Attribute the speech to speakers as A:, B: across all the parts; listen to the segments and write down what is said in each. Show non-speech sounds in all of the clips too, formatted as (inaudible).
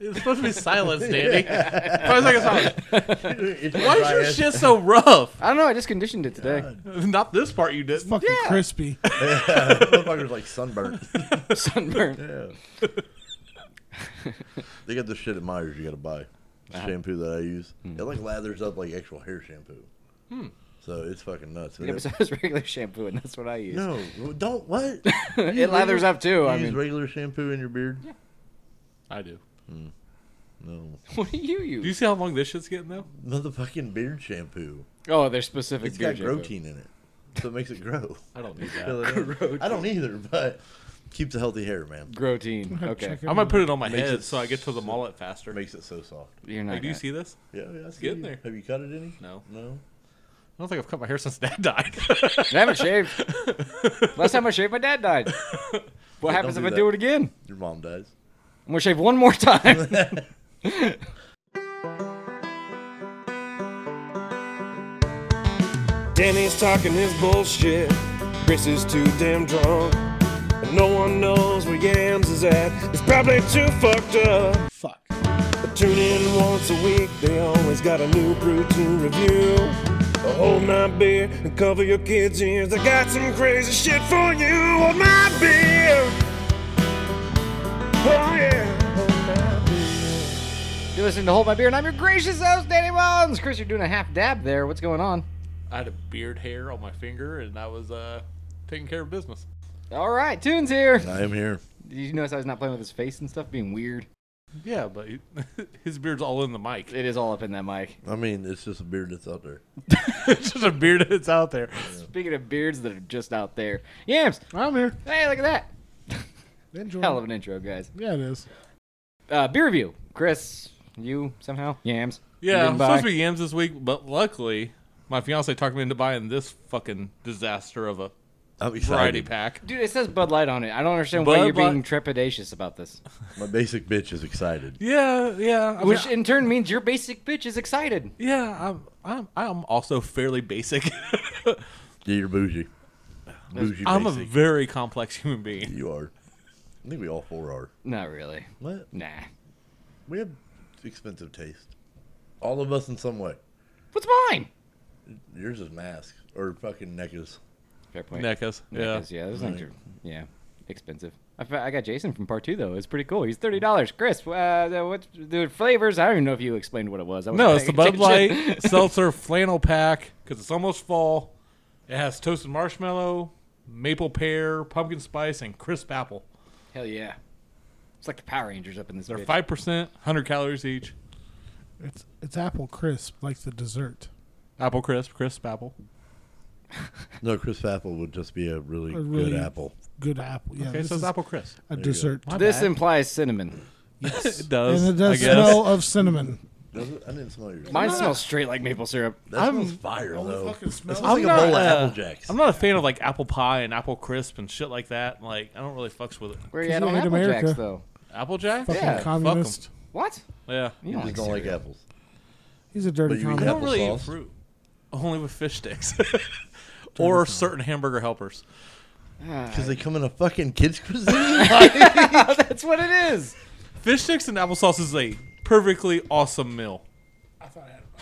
A: It's supposed to be (laughs) silence, Danny. Five seconds silence. Why is your
B: (laughs)
A: shit so rough?
C: I don't know. I just conditioned it today.
A: Not this part you did.
D: Fucking crispy.
B: Motherfuckers like sunburnt.
C: (laughs)
B: (laughs)
C: Sunburn.
B: Yeah. they got this shit at Myers you gotta buy.
C: Uh-huh.
B: The shampoo that I use.
C: Hmm.
B: It like lathers up like actual hair shampoo.
A: Hmm.
B: So it's fucking nuts.
C: Yeah, (laughs) besides regular shampoo, and that's what I use.
B: no, don't what?
C: (laughs) it lathers up too.
B: You
C: I
B: use
C: mean,
B: regular shampoo in your beard?
A: I do.
B: No.
C: (laughs) what do you
A: Do you
C: use?
A: see how long this shit's getting though?
B: Motherfucking beard shampoo.
C: Oh, they're specific.
B: it's got
C: beard shampoo.
B: protein in it. So it makes it grow.
A: I don't
C: (laughs)
A: need
B: Fill
A: that.
B: it up. I don't either, but keeps a healthy hair, man.
C: Grotein.
D: Check
C: Okay.
D: it
A: I might put it on my
B: Makes
A: head
B: it
A: so I get to the mullet faster.
B: Makes it so soft.
C: You're not.
A: Like, do you
C: (laughs) gonna-
A: see this?
B: Yeah, yeah, that's
A: getting there.
B: Have you cut it any?
A: No.
B: No.
A: I don't think I've cut my hair since (laughs) Dad died.
C: I haven't shaved. Last time I shaved, my dad died. What
B: Yeah,
C: happens
B: don't
C: if
B: do
C: I
B: that.
C: do it again?
B: Your mom dies.
C: I'm gonna shave one more time. (laughs)
E: Danny's talking his bullshit. Chris is too damn drunk. And no one knows where Yams is at. He's probably too fucked up.
D: Fuck.
E: But tune in once a week. They always got a new brew to review. So hold my beer and cover your kids' ears. I got some crazy shit for you. Hold my beer. Oh yeah. Hold my beer.
C: You're listening to Hold My Beer, and I'm your gracious host, Danny Mullins. Chris, you're doing a half dab there. What's going on?
A: I had a beard hair on my finger and I was uh, taking care of business.
C: All right, Tunes here.
B: I am here.
C: Did you notice I was not playing with his face and stuff, being weird?
A: Yeah, but he, (laughs) his beard's all in the mic.
C: It is all up in that mic.
B: I mean, it's just a beard that's out there.
A: (laughs) it's just a beard that's out there.
C: Speaking of beards that are just out there, Yams.
D: I'm here.
C: Hey, look at that.
D: Enjoy.
C: Hell of an intro, guys.
D: Yeah, it is.
C: Uh, beer review. Chris, you somehow Yams. you
A: Yeah,
C: didn't
A: I'm
C: buy.
A: supposed to be yams this week, but luckily my fiance talked me into buying this fucking disaster of a
B: I'm
A: variety
B: excited.
A: pack.
C: Dude, it says Bud Light on it. I don't understand
A: Bud
C: why you're
A: Light-
C: being trepidatious about this.
B: My basic bitch is excited.
A: Yeah, yeah. I mean,
C: Which in turn means your basic bitch is excited.
A: yeah, I'm I'm I'm also fairly basic. (laughs)
B: Yeah, you're bougie. Bougie
A: I'm a
B: basic.
A: very complex human being.
B: you are. I think we all four are.
C: Not really.
B: What?
C: Nah.
B: We have expensive taste. All of us in some way.
C: What's mine?
B: Yours is masks or fucking necklace.
C: Fair point.
A: Neckas. Yeah.
C: Necklace, yeah. those things are- yeah. Expensive. I, fa- I got Jason from part two though. It's pretty cool. He's thirty dollars. Chris, uh, the- what the flavors? I don't even know if you explained what it was. I wasn't
A: No, it's the
C: paying (laughs)
A: Bud
C: attention.
A: Light Seltzer Flannel Pack because it's almost fall. It has toasted marshmallow, maple pear, pumpkin spice, and crisp apple.
C: Hell yeah! It's like the Power Rangers up in this.
A: They're
C: bitch.
A: five percent, hundred calories each.
D: It's it's apple crisp, like the dessert.
A: Apple crisp, crisp apple.
B: No, crisp apple would just be a really,
D: A really-
B: good apple.
D: Good apple. Yeah,
A: Okay,
D: this
A: so it's
D: is
A: apple crisp.
D: a dessert.
C: This implies cinnamon.
D: Yes.
A: It does.
D: and it does
A: I guess.
D: smell of cinnamon.
B: Does it? I didn't smell yours.
C: Mine smells straight like maple syrup.
B: that smells fire though.
D: fucking
B: That
D: smells
B: smells like
D: I'm
B: a
A: not,
B: bowl of
A: uh,
B: apple jacks.
A: I'm not a fan of like apple pie and apple crisp and shit like that. Like I don't really fucks with it.
C: Where you at
D: Because you
C: on
D: hate
C: Apple
D: America.
C: Jacks though?
A: Apple Jack?
D: Fucking
C: Yeah, fuck 'em.
D: communist.
C: What?
A: Yeah.
C: You
B: I just don't like
C: cereal.
B: apples.
D: He's a dirty
B: But you eat
A: I
D: communist.
A: don't really eat
B: Applesauce.
A: fruit. Only with fish sticks. (laughs) or certain hamburger helpers.
B: Because they come in a fucking kids
D: (laughs)
B: cuisine.
C: That's what it is.
A: Fish sticks and applesauce is a perfectly awesome meal.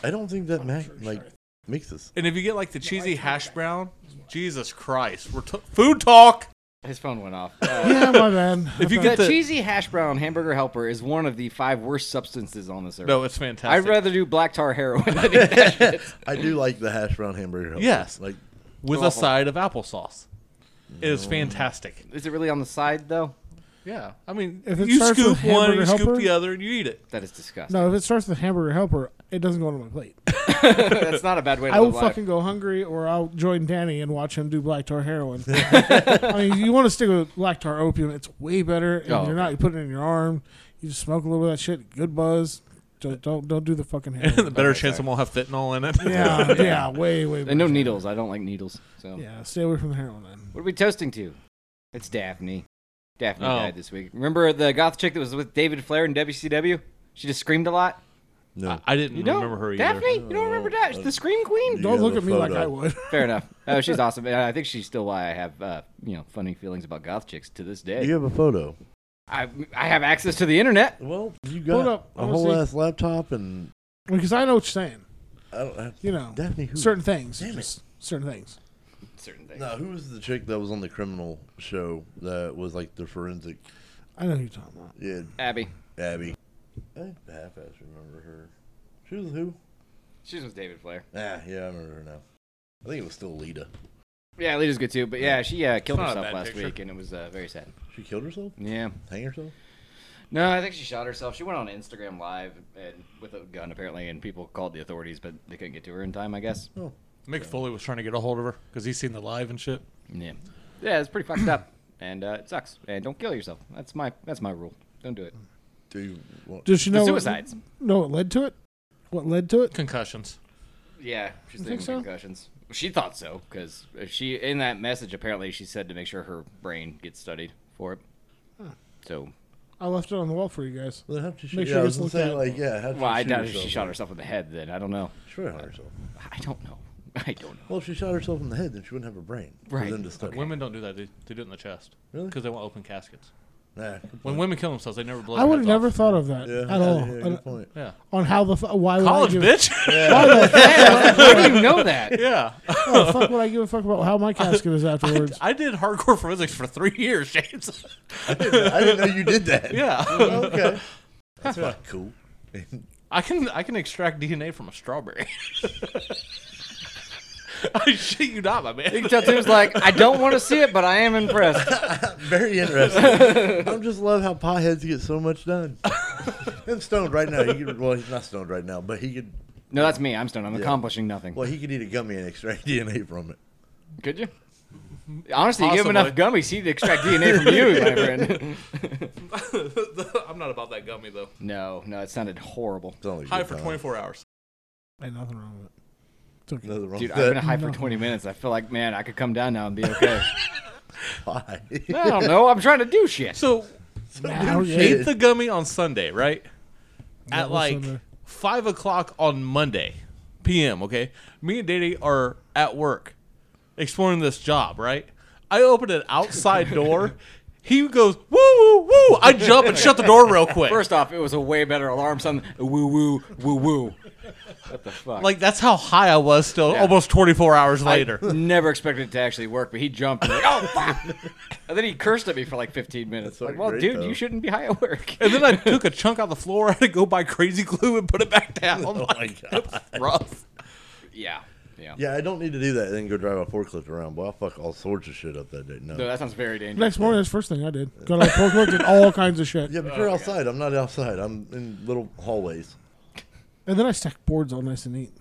B: I don't think that mac like
D: (laughs)
B: mixes.
A: And if you get like the cheesy hash brown, Jesus Christ. We're t- food talk.
C: His phone went off. Uh,
D: Yeah, my bad.
A: (laughs) If you
D: I
A: get
D: thought-
C: the
A: the-
C: cheesy hash brown hamburger helper is one of the five worst substances on this earth.
A: No, it's fantastic.
C: I'd rather do black tar heroin than
D: (laughs)
C: eat that shit.
B: (laughs) I do like the hash brown hamburger. helper.
A: Yes.
B: Like
A: with a
C: Awful.
A: side of applesauce. It is fantastic.
C: Is it really on the side though?
A: Yeah. I mean,
D: If it
A: you
D: starts with
A: scoop one, you
D: hamburger
A: scoop
D: helper-
A: the other, and you eat it.
C: That is disgusting.
D: no, if it starts with hamburger helper, it doesn't go on my plate.
C: (laughs) That's not a bad way to
D: I will
C: live life.
D: fucking go hungry, or I'll join Danny and watch him do black
B: (laughs)
D: tar heroin. I mean, you want to stick with black tar opium; it's way better. And
C: Oh,
D: you're not putting it in your arm. You just smoke a little of that shit. Good buzz. Don't don't, don't do
B: (laughs)
D: the fucking
A: (laughs) the
D: heroin.
A: better chance it won't have fentanyl in it. (laughs)
D: yeah, yeah, way way.
C: And no
D: better.
C: needles. I don't like needles. So
D: Yeah, stay away from the heroin. Then.
C: what are we toasting to? It's Daphne. Daphne
A: Oh.
C: died this week. Remember the goth chick that was with David Flair in WCW? She just screamed a lot.
B: no.
A: I, I didn't
C: You don't
A: remember her either.
C: Daphne? You don't remember
B: No,
C: Daphne? The Scream Queen?
B: You
D: Don't
B: got
D: look
B: the
D: at me like
B: photo.
D: I would. (laughs)
C: Fair enough. Oh, she's awesome. And I think she's still why I have uh, you know funny feelings about goth chicks to this day.
B: You have a photo.
C: I I have access to the internet.
B: Well, you
D: Hold
B: got
D: up, I
B: a
D: wanna
B: whole
D: see.
B: ass laptop and
D: Because I know what you're saying.
B: I don't. I,
D: You know,
B: Daphne. Who,
D: certain things.
B: Damn it.
D: just Certain things.
C: Certain things.
B: No, who was the chick that was on the criminal show that was like the forensic?
D: I know who you're talking about.
B: Yeah,
C: Abby,
B: Abby. I half ass remember her. She was who?
C: she's with David Flair.
B: Ah, yeah, I remember her now. I think it was still Lita.
C: Yeah, Lita's good too. But yeah, she uh, killed
A: not a
C: herself
A: bad
C: last
A: picture.
C: week, and it was uh, very sad.
B: She killed herself?
C: Yeah.
B: Hang herself?
C: No, I think she shot herself. She went on Instagram live and with a gun apparently, and people called the authorities, but they couldn't get to her in time. I guess.
B: Oh,
A: Mick Foley was trying to get a hold of her because he's seen the live and shit.
C: Yeah. Yeah, it's pretty fucked up, and uh, it sucks. And don't kill yourself. That's my that's my rule. Don't do it.
B: do you want?
D: Does she know what-
C: suicides.
D: know what led to it? What led to it?
A: Concussions.
C: Yeah, she's
D: think
C: thinking
D: so?
C: concussions. She thought so because she in that message apparently she said to make sure her brain gets studied for it. So,
D: I left it on the wall for you guys.
B: Well, how'd she shoot?
D: Make
B: yeah,
D: sure
B: I
D: it's
B: was gonna
D: looked
B: say,
D: at.
B: like, yeah, how'd she
C: well, I
B: shoot
C: doubt if
B: herself?
C: she shot herself in the head. Then I don't know.
B: She would have hung herself.
C: I don't know. (laughs) I don't know.
B: Well, if she shot herself in the head, then she wouldn't have a brain.
C: Right.
B: For them to study.
A: Women don't do that. They, they do it in the chest.
B: Really?
A: Because they want open caskets.
B: Nah, good
A: When
B: point.
A: women kill themselves, they never blow
D: I
A: their
D: would have
A: heads
D: never
A: off.
D: thought of that
B: Yeah,
D: at all. Uh,
B: Yeah,
D: on,
B: good point.
A: Yeah.
D: on how the fu- why would
A: College,
D: I give, (laughs)
A: bitch.
C: How do you know that?
A: (laughs)
C: (laughs)
A: yeah.
D: Why the Oh, fuck would I give a fuck about how my casket is afterwards?
A: I did hardcore forensics for three years, James. (laughs)
B: I didn't know you did that.
A: yeah.
B: Okay. That's not cool. (laughs)
A: I can I can extract DNA from a strawberry. (laughs) I shit you not, my
C: You
A: man.
C: can tell Tim's like, I don't want to see it, but I am impressed.
B: Very interesting. I just love how potheads get so much done. I'm stoned right now. He could, well, he's not stoned right now, but he could.
C: No, that's me. I'm stoned. I'm accomplishing nothing.
B: Well, he could eat a gummy and extract (laughs) DNA from it.
C: Could you? Honestly, you give him enough gummies, he'd extract DNA from you, (laughs) my friend.
A: (laughs) I'm not about that gummy though.
C: no, no, it sounded horrible.
B: It's only a
A: High
B: good
A: for
B: time.
A: 24 hours.
D: Ain't nothing wrong with it. It's okay.
B: Nothing wrong (laughs)
C: Dude,
B: with
C: I've been
B: that.
C: high for 20 minutes. I feel like, man, I could come down now and be (laughs) okay.
B: Why?
C: I don't know. I'm trying to do shit.
A: So
D: Now, yeah.
A: ate the gummy on Sunday, right? At
D: was
A: like
D: Sunday.
A: five o'clock on Monday PM, okay? Me and Daddy are at work exploring this job, right? I open an outside door. He goes, woo, woo, woo. I jump and shut the door real quick.
C: First off, it was a way better alarm sound. than Woo woo woo woo. What the fuck?
A: like, that's how high I was still
C: Yeah.
A: almost 24 hours later.
C: (laughs) never expected it to actually work, but he jumped and like, oh fuck! And then he cursed at me for like 15
B: That's
C: minutes.
B: fucking
C: Like, well,
B: great,
C: dude,
B: though.
C: you shouldn't be high at work.
A: and then I took a chunk out the floor. (laughs) I had to go buy crazy glue and put it back down.
B: (laughs) Oh my god.
A: Rough.
C: yeah, yeah,
B: Yeah, I don't need to do that and then go drive a forklift around. Boy, I'll fuck all sorts of shit up that day. No.
C: No, that sounds very dangerous.
D: Next morning, that's the first thing I did. Got on forklift and all kinds
B: (laughs)
D: of shit.
B: yeah, but you're outside. I'm not outside. I'm in little hallways.
D: And then I stacked boards all nice and neat.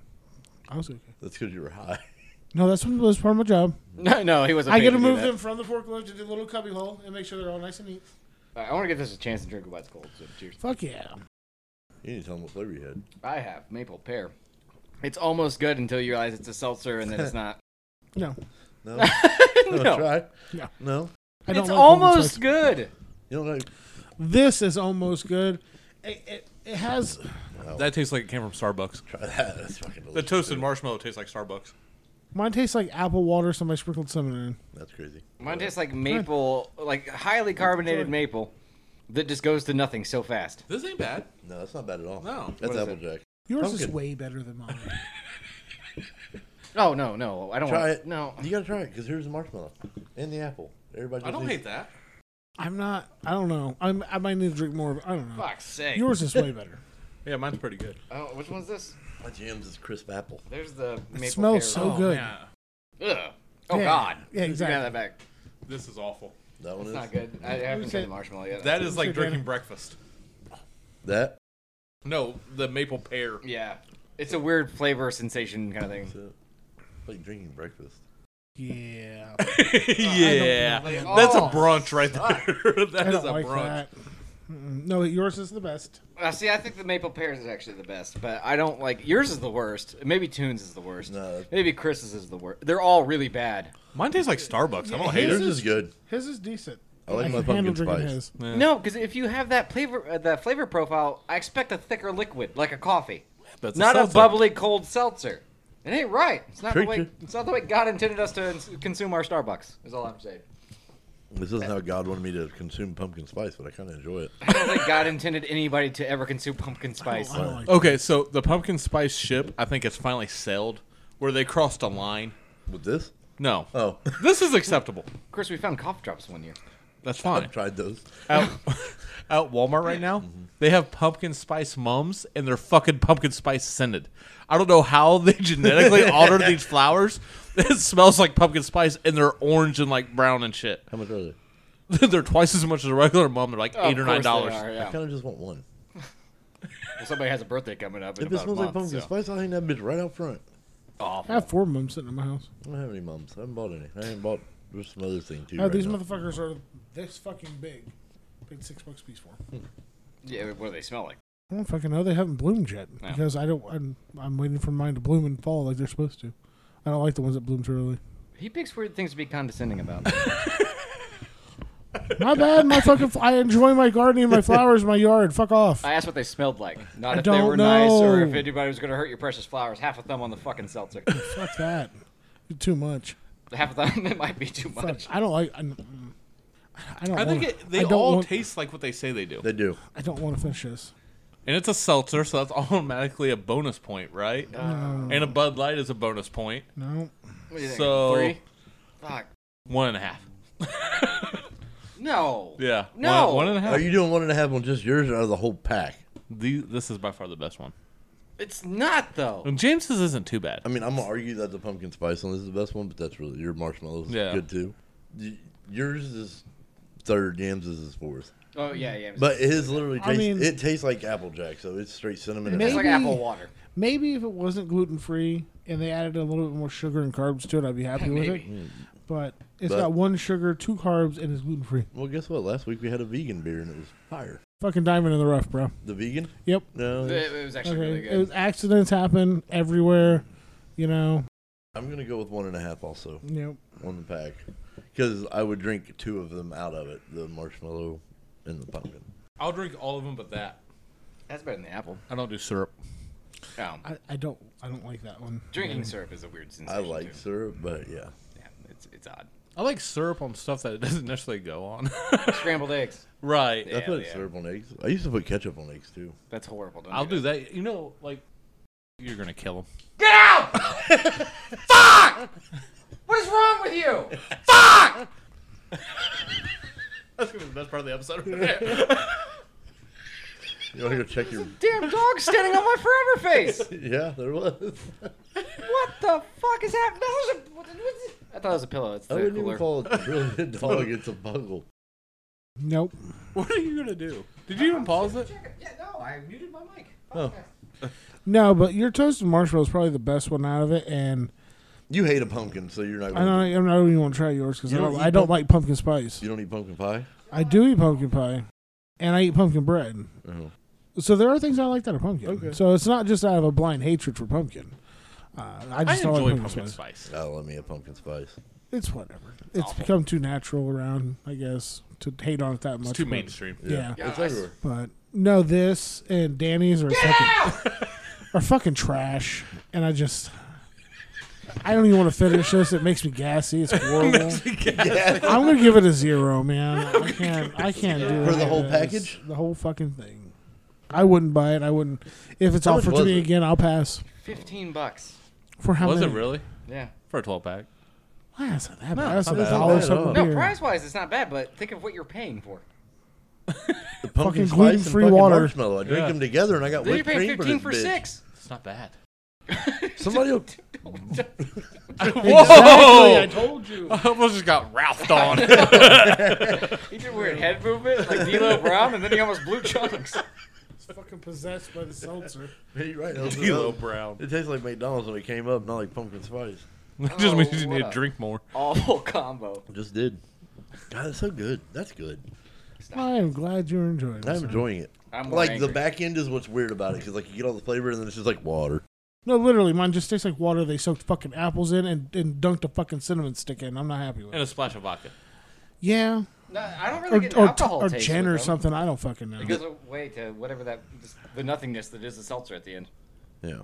D: I was okay.
B: That's because you were high. (laughs)
D: No, that's what was part of my job.
C: No, (laughs) no, he wasn't.
D: I
C: paid
D: get to
C: do
D: move
C: that.
D: them from the forklift to the little cubby hole and make sure they're all nice and neat.
C: All right, I want to give this a chance and drink it while it's cold. So cheers.
D: Fuck yeah.
B: You need to tell them what flavor you had.
C: I have maple pear. It's almost good until you realize it's a seltzer and then it's not.
D: No.
B: No.
C: no,
B: no. Try.
D: Yeah.
B: No.
D: I
C: it's
D: don't like pumpkin
C: almost
D: spice.
C: good.
B: You don't like.
D: This is almost good. It, it, it has.
A: That tastes like it came from Starbucks.
B: Try that. (laughs) That's fucking delicious.
A: The toasted
B: dude.
A: marshmallow tastes like Starbucks.
D: Mine tastes like apple water somebody sprinkled cinnamon
B: That's crazy.
C: Mine tastes like maple, like highly carbonated maple that just goes to nothing so fast.
A: This ain't bad.
B: No, that's not bad at all.
A: No.
B: That's
C: What is it?
B: Applejack.
D: in. Yours is
B: Pumpkin.
D: way better than mine.
C: Oh no, no, I don't
B: Try
C: want
B: it.
C: No,
B: You gotta try it because here's the marshmallow and the apple. Everybody.
A: I don't
B: needs-
A: hate that.
D: I'm not. I don't know. I'm, I might need to drink more. Of, I don't know.
C: fuck's sake.
D: Yours is way better.
A: Yeah, mine's pretty good.
C: Oh, which one's this?
B: My jams is crisp apple.
C: There's the maple.
D: smells
C: pear. Oh.
D: so good.
C: Ugh. Oh
D: Yeah.
C: God.
D: Yeah, exactly.
C: Get that back.
A: This is awful.
B: That one
C: It's
B: is
C: not good. I haven't
D: said-
C: tried the marshmallow yet.
A: That is
D: say
A: like
D: Danny.
A: drinking breakfast.
B: That.
A: No, the maple (laughs) pear.
C: yeah. It's a weird flavor sensation kind of thing.
B: That's it. Like drinking breakfast.
D: Yeah.
A: yeah.
C: know.
A: That's a
C: Oh,
A: brunch right there. (laughs)
D: I
A: that is
D: don't
A: a
D: like
A: brunch.
D: that. Mm-mm. No, yours is the best.
C: Uh, see, I think the maple pears is actually the best, but I don't like yours is the worst. Maybe Tunes is the worst.
B: No.
C: Maybe Chris's is the worst. They're all really bad.
A: Mine tastes like Starbucks. I don't hate
B: Yours
A: it.
B: is good.
D: His is decent.
B: I like my
D: can
B: pumpkin
D: handle drinking
B: spice.
D: his.
C: No, because if you have that flavor, uh, that flavor profile, I expect a thicker liquid like a coffee,
A: That's
C: not a,
A: seltzer.
C: bubbly cold seltzer. It ain't right. It's not the
B: Preach
C: way.
B: it.
C: It's not the way God intended us to ins- consume our Starbucks. Is all I'm saying.
B: This isn't how God wanted me to consume pumpkin spice, but I kind of enjoy it.
C: I don't think God intended anybody to ever consume pumpkin spice.
D: I don't like
A: Okay, so the pumpkin spice ship, I think it's finally sailed where they crossed a line.
B: With this?
A: No.
B: Oh, (laughs)
A: This is acceptable.
C: Of course, we found cough drops one year.
A: That's
B: I've
A: fine.
B: tried those.
A: (laughs) At, at Walmart right now, they have pumpkin spice mums and they're fucking pumpkin spice scented. I don't know how (laughs) they genetically
C: (laughs)
A: altered these flowers. (laughs) It smells like pumpkin spice and they're orange and like brown and shit. (laughs)
B: How much are they?
A: they're twice as much as a regular mum. They're like
C: Oh,
A: eight or
C: of
A: nine
C: course they
A: dollars.
C: are,
B: I
C: yeah.
B: kind of just want one.
C: Well, somebody has a birthday coming up. In
B: If it
C: about a
B: smells like
C: month,
B: pumpkin
C: so.
B: spice, I'll hang that bitch right out front.
D: I have four of them sitting in my house.
B: I don't have any mums. I haven't bought any. I haven't bought there's some other thing too.
D: Now,
B: right
D: Oh, these
B: now.
D: motherfuckers are this fucking big. Paid six bucks a piece for 'em.
C: Yeah, what do they smell like?
D: I don't fucking know. They haven't bloomed yet
C: Yeah.
D: because I don't. I'm, I'm waiting for mine to bloom and fall like they're supposed to. I don't like the ones that bloom too early.
C: He picks weird things to be condescending about.
D: My bad. My fucking. I enjoy my gardening, and my flowers, my yard. Fuck off.
C: I asked what they smelled like, not
D: I
C: if they
D: don't
C: were nice or
D: know.
C: if anybody was going to hurt your precious flowers. Half a thumb on the fucking seltzer.
D: Fuck that. You're too much.
C: Half a thumb, (laughs) it might be too
D: Fuck.
C: much.
D: I don't like. I, don't- I don't.
A: I think
D: wanna-
A: it, they
D: I don't
A: all
D: want,
A: taste like what they say they do.
B: They do.
D: I don't want to finish this.
A: And it's a seltzer, so that's (laughs) automatically a bonus point, right?
C: Uh,
A: and a Bud Light is a bonus point.
D: No.
C: What do you think?
A: So-
C: Three? Fuck.
A: One and a half.
C: No.
A: Yeah.
C: No.
A: One, one
D: Oh.
A: and a half.
B: Are you doing one and a half on just yours or out of the whole pack?
A: The- this is by far the best one.
C: It's not,
B: Mm.
C: though.
A: And James's isn't too bad.
B: I mean, I'm gonna argue that the pumpkin spice one is the best one, but that's really your marshmallows is
A: Yeah.
B: good too. Y- Yours is third, Yams is his fourth,
C: Oh, yeah, yeah.
B: but his literally tastes.
D: I mean-
B: it tastes like applejack, so it's straight cinnamon. and
D: Maybe-
C: it's like apple
D: (laughs)
C: water.
D: Maybe if it wasn't gluten free and they added a little bit more sugar and carbs to it, I'd be happy with it. But it's
B: But-
D: got one sugar, two carbs, and it's gluten free.
B: Well, guess what? Last week we had a vegan beer and it was fire.
D: Fucking diamond in the rough, bro.
B: The vegan?
D: Yep.
B: No.
C: It, it was actually
D: Okay.
C: really
D: it
C: good.
D: was accidents happen everywhere. You know.
B: I'm gonna go with one and a half also
D: Yep.
B: on the pack, because I would drink two of them out of it: the marshmallow and the pumpkin.
A: I'll drink all of them but that.
C: That's better than the apple.
A: I don't do syrup.
C: Um,
D: I, I don't. I don't like that one.
C: drinking syrup is a weird
B: I
C: sensation.
B: like
C: too.
B: syrup, but yeah.
C: Yeah, it's, it's odd.
A: I like syrup on stuff that it doesn't necessarily go on. (laughs)
C: Scrambled eggs.
A: right.
B: I
C: Yeah,
B: put
C: yeah.
B: syrup on eggs. I used to put ketchup on eggs too.
C: That's horrible. Don't
A: I'll do that. You know, like, you're going to kill him.
C: Get out!
B: (laughs)
C: Fuck! What is wrong with you? Fuck!
A: That's going to be the best part of the episode.
B: You want to go check
C: (laughs)
B: your?
C: Damn dog standing on my forever face.
B: Yeah, there was.
C: What the fuck is happening? That was a, what- what's- I thought it was a pillow. It's
B: I
C: the
B: wouldn't even
C: cooler.
B: call it really
C: (laughs)
B: a dog. It's a bungle.
D: Nope.
A: (laughs) what are you going to do? Did you even pause it?
C: Yeah, no, I muted my mic.
B: Oh.
D: No, but your toasted marshmallow is probably the best one out of it, and
B: You hate a pumpkin, so you're not.
D: I
B: Gonna,
D: don't. I don't even want to try yours because I
B: You don't
D: don't.
B: eat
D: I don't
B: pump-
D: like pumpkin spice.
B: You don't eat pumpkin pie.
D: I do eat pumpkin pie, and I eat pumpkin bread.
B: Uh-huh.
D: So there are things I like that are pumpkin.
B: Okay.
D: So it's not just out of a blind hatred for pumpkin. Uh, I
A: I
D: just don't
A: enjoy
D: like pumpkin
A: pumpkin
D: spice.
A: spice.
B: Oh, let me a pumpkin
D: (laughs)
B: spice.
D: It's whatever. It's become too natural around, I guess, to hate on it that much.
A: It's too
D: but-
A: mainstream.
D: Yeah.
C: Yeah,
B: it's
C: I-
B: everywhere.
D: But no, this and Danny's are fucking (laughs) are fucking trash, and I just I don't even want to finish this. It makes me gassy.
A: (laughs)
D: It's horrible. I'm gonna give it a
A: (laughs)
D: zero, man. I can't. I can't do it
B: For the whole
D: It's
B: package?
D: The whole fucking thing. I wouldn't buy it. I wouldn't. If it's
B: How much
D: offered to
B: was
D: me
B: it?
D: again, I'll pass.
C: Fifteen bucks.
D: For how
A: Was it
D: many?
A: really?
C: Yeah.
A: For a 12 pack.
D: Wow, it's not that
A: No,
D: bad.
A: it's
D: That's
A: not
D: a
A: bad at
D: dollar
B: all. No,
D: something
C: No,
D: beer.
C: price wise, it's not bad, but think of what you're paying for.
B: The pumpkin spice
D: Fucking
B: and
D: gluten-free
B: fucking
D: water.
B: marshmallow. I drink
A: Yeah.
B: them together, and I got
C: Then you're
B: whipped cream
C: paying fifteen
B: this
C: for
B: bitch.
C: six.
A: It's not bad.
C: (laughs)
B: Somebody. Will, (laughs)
A: Whoa!
D: I told
C: (laughs)
D: you.
A: (laughs) I almost just got (laughs) Ralphed on.
C: He did weird head movement like
D: (laughs)
C: D'Lo Brown, and then he almost blew chunks.
D: fucking possessed by the seltzer.
B: Yeah, you're
C: (laughs)
B: right. that
A: (laughs)
B: was
A: Kilo
B: another-
A: Brown.
B: It tastes like McDonald's when it came up, not like pumpkin spice.
A: It just
C: Oh,
A: means you need
C: what
A: to
C: a-
A: drink more.
C: Awful combo.
B: Just did. God, it's so good. That's good.
D: I am glad you're enjoying it.
B: I'm
D: sir.
B: enjoying it.
C: I'm more
B: like
C: angry.
B: the back end is what's weird about it because like you get all the flavor and then it's just like water.
D: No, literally, mine just tastes like water they soaked fucking apples in and, and dunked a fucking cinnamon stick in. I'm not happy with
A: And
D: it.
A: a splash of vodka.
D: Yeah.
C: No, I don't really
D: Or,
C: get the
D: or, t-
C: alcohol
D: or
C: taste
D: gin
C: with
D: or
C: them.
D: something. I don't fucking know.
C: It goes away to whatever that the nothingness that is the seltzer at the end.
B: Yeah,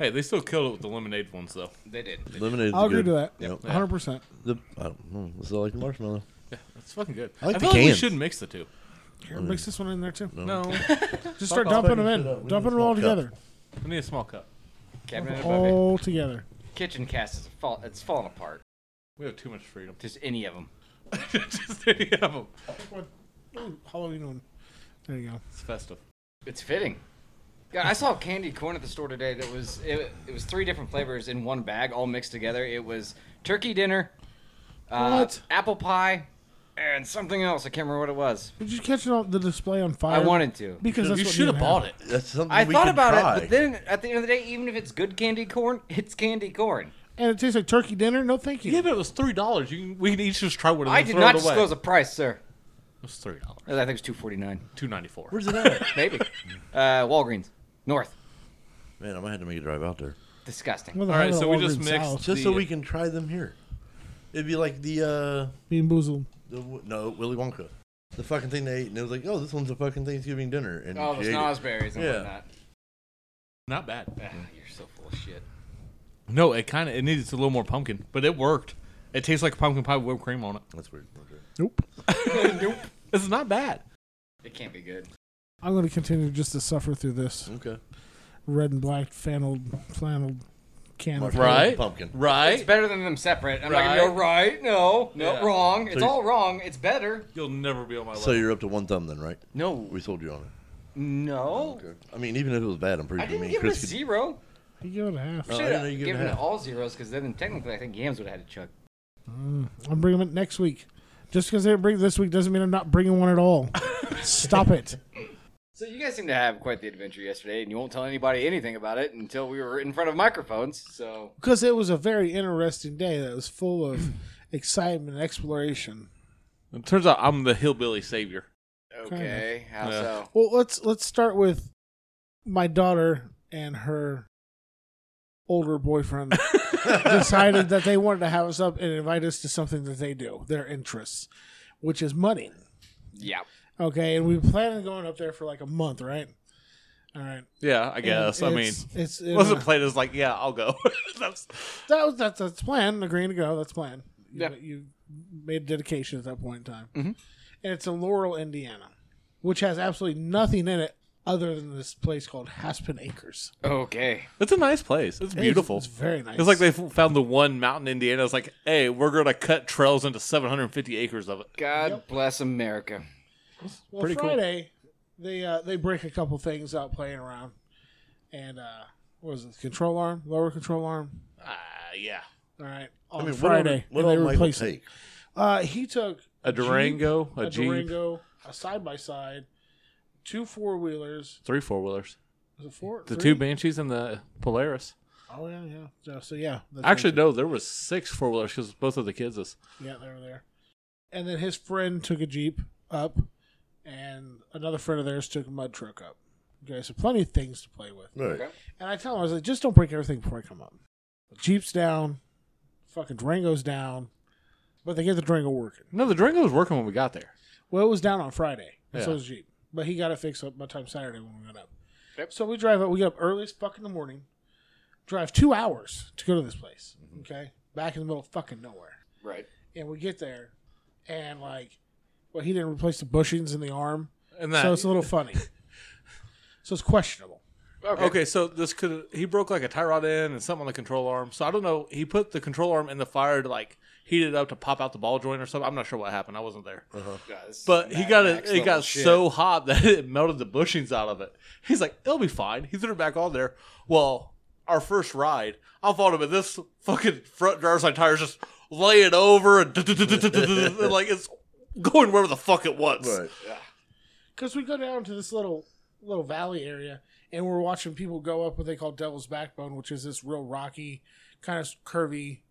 A: Hey, they still killed it with the lemonade ones, though.
C: They did.
B: lemonade.
D: I'll agree to that.
B: Yep. hmm,
D: 100%.
B: The, I don't know. It's like the marshmallow.
A: It's fucking good. I,
B: I like the
A: feel like we
B: cans.
A: should mix the two.
D: Here, mix this one in there too.
C: (laughs)
A: No,
D: Just
A: Fuck off.
D: start dumping them
B: Shut up.
D: in.
B: We
D: Dumping
B: need
D: them all
B: small
D: together.
A: I need a small cup.
C: Cabinet above it.
D: All together.
C: Kitchen cast is fall. It's falling apart.
A: We have too much freedom.
C: Just any of them.
A: (laughs) Just any of 'em.
D: Ooh, Halloween one. There you go.
A: It's festive.
C: It's fitting. God, I saw candied corn at the store today. That was it, it. was three different flavors in one bag, all mixed together. It was turkey dinner, uh,
D: What?
C: apple pie, and something else. I can't remember what it was.
D: Did you catch it on the display on fire?
C: I wanted to.
D: because that's
A: you
D: what
A: should have bought it.
B: That's something
C: I
B: we
C: thought
B: could
C: about
B: try.
C: it, but then at the end of the day, even if it's good candied corn, (laughs) it's candy corn.
D: And it tastes like turkey dinner. No, thank you.
A: Yeah, but it was three dollars. You can, we can each just try one. and
C: I
A: then
C: did
A: throw
C: not
A: it away.
C: disclose a price, sir.
A: It was three dollars.
C: I think it was two forty nine.
A: Two ninety four.
B: Where's it at?
C: (laughs) Maybe. uh, Walgreens, North.
B: Man, I might have to make a drive out there
C: Disgusting.
D: Where the
A: All right,
D: hell are
A: so we just
D: Walgreens
A: mixed-
D: South?
B: just so
A: The-
B: we can try them here. It'd be like the uh,
D: bean boozled.
B: the w- no Willy Wonka, the fucking thing they ate, and it was like, oh, this one's a fucking Thanksgiving dinner, and
C: Oh,
B: she
C: the
B: ate it.
C: snozzberries and
B: Yeah.
C: whatnot.
A: Not bad.
C: Ah, you're so full of shit.
A: No, it kind of it needed a little more pumpkin, but it worked. It tastes like pumpkin pie with whipped cream on it.
B: That's weird. Okay.
D: Nope.
C: nope.
A: It's not bad.
C: It can't be good.
D: I'm going to continue just to suffer through this
B: Okay.
D: red and black flannel flannel can. of-
B: Marshmallow
A: Right.
B: Pumpkin.
A: Right?
C: It's better than them separate. I'm not gonna go
A: Right.
C: right. No, no,
A: Yeah.
C: wrong. It's
B: So you-
C: all wrong. It's better.
A: You'll never be on my
B: So
A: level.
B: you're up to one thumb then, right?
C: No,
B: We sold you on it.
C: no.
B: I mean, even if it was bad, I'm pretty
C: I
B: sure me
C: didn't
B: and
C: give it a
B: Chris could-
C: zero.
D: You give it a half.
B: Oh, I
C: Should
B: didn't know
C: have
B: you give it a
C: given it
B: half.
C: all zeros because then technically I think Yams would have had a chug.
D: I'm bringing it next week. Just because they didn't bring it this week doesn't mean I'm not bringing one at all. Stop it.
C: So you guys seem to have quite the adventure yesterday, and you won't tell anybody anything about it until we were in front of microphones. So
D: Because it was a very interesting day that was full of excitement and exploration.
A: It turns out I'm the hillbilly savior.
C: okay, how
A: Yeah.
C: so?
D: Well, let's let's start with my daughter and her older boyfriend decided that they wanted to have us up and invite us to something that they do, their interests, which is mudding.
C: Yeah.
D: Okay, and we planned on going up there for like a month, right? All right.
A: Yeah, I guess. I mean,
D: It's- it's uh,
A: it wasn't played as like, yeah, I'll go. (laughs) That's,
D: that was that's that's plan agreeing to go that's plan you,
C: Yeah.
D: you made dedication at that point in time and it's in laurel indiana which has absolutely nothing in it other than this place called haspen acres
C: Okay.
A: it's a nice place. It's
D: It is-
A: beautiful.
D: it's very nice
A: It's like they f- found the one mountain in Indiana. It's like, hey, we're gonna cut trails into 750 acres of it.
C: God bless America.
D: well
A: pretty cool.
D: friday they uh they break a couple things out playing around and uh what was it control arm lower control arm
A: Ah, yeah,
D: all right
B: I
D: on
B: mean,
D: friday
B: What
D: and
B: all, what
D: they
B: all Michael
D: replaced it.
B: take?
D: uh he took
A: a Durango, a,
D: a
A: Jeep,
D: durango a side by side two four wheelers
A: three four wheelers,
D: four
A: the
D: three?
A: two Banshees and the Polaris.
D: Oh yeah, yeah. So, so, yeah, that's
A: Actually,
D: right.
A: no, there was six four wheelers because both of the kids is.
D: yeah, they were there. And then his friend took a jeep up, and another friend of theirs took a mud truck up. Okay, so plenty of things to play with.
B: Right.
C: Okay.
D: And I tell him, I was like, just don't break everything before I come up. Jeep's down, fucking Durango's down, but they get the Durango working.
A: No, the Durango was working when we got there.
D: Well, it was down on Friday, and so
A: Yeah.
D: was Jeep. But he got it fixed up by the time Saturday when we went up.
C: Yep.
D: So we drive up. We get up early as fuck in the morning. Drive two hours to go to this place. Okay, back in the middle of fucking nowhere.
C: Right.
D: and we get there, and like, well, he didn't replace the bushings in the arm,
A: And that,
D: so it's a little funny. so it's questionable.
C: Okay.
A: Okay, so this could he broke like a tie rod in and something on the control arm. So I don't know. He put the control arm in the fire to like heat it up to pop out the ball joint or something. I'm not sure what happened. I wasn't there.
C: God, this is
A: But he
C: Mad
A: got it.
C: Max
A: It
C: level
A: got
C: shit.
A: so hot that (laughs) it melted the bushings out of it. He's like, "It'll be fine." He threw it back on there. Well, our first ride, I thought of it. This fucking front driver's side tires just laying over and (laughs) and, like it's going wherever the fuck it wants.
B: Right.
D: Because we go down to this little little valley area, and we're watching people go up what they call Devil's Backbone, which is this real rocky, kind of curvy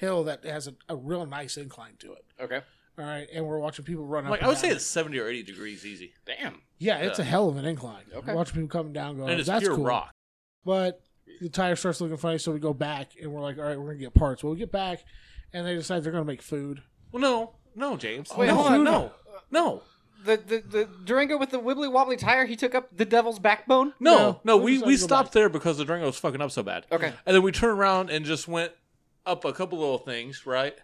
D: hill that has a, a real nice incline to it.
C: Okay.
D: All right, and we're watching people run up.
A: Like I
D: and
A: would
D: down.
A: say, it's seventy or eighty degrees easy,
C: Damn.
D: yeah, it's a hell of an incline.
C: Okay.
D: watching people come down, go.
A: and
D: up.
A: it's
D: That's
A: pure
D: cool.
A: rock.
D: But the tire starts looking funny, so we go back and we're like, all right, we're gonna get parts. Well, we get back, and they decide they're gonna make food.
A: Well, no, no, James.
C: Wait,
A: no,
C: hold on,
A: no, no,
C: The, the the Durango with the wibbly wobbly tire, he took up the devil's backbone.
A: no,
D: No,
A: no. we
D: we decided
A: we
D: to go
A: stopped
D: back.
A: there because the Durango was fucking up so bad.
C: Okay.
A: and then we turned around and just went up a couple little things, right?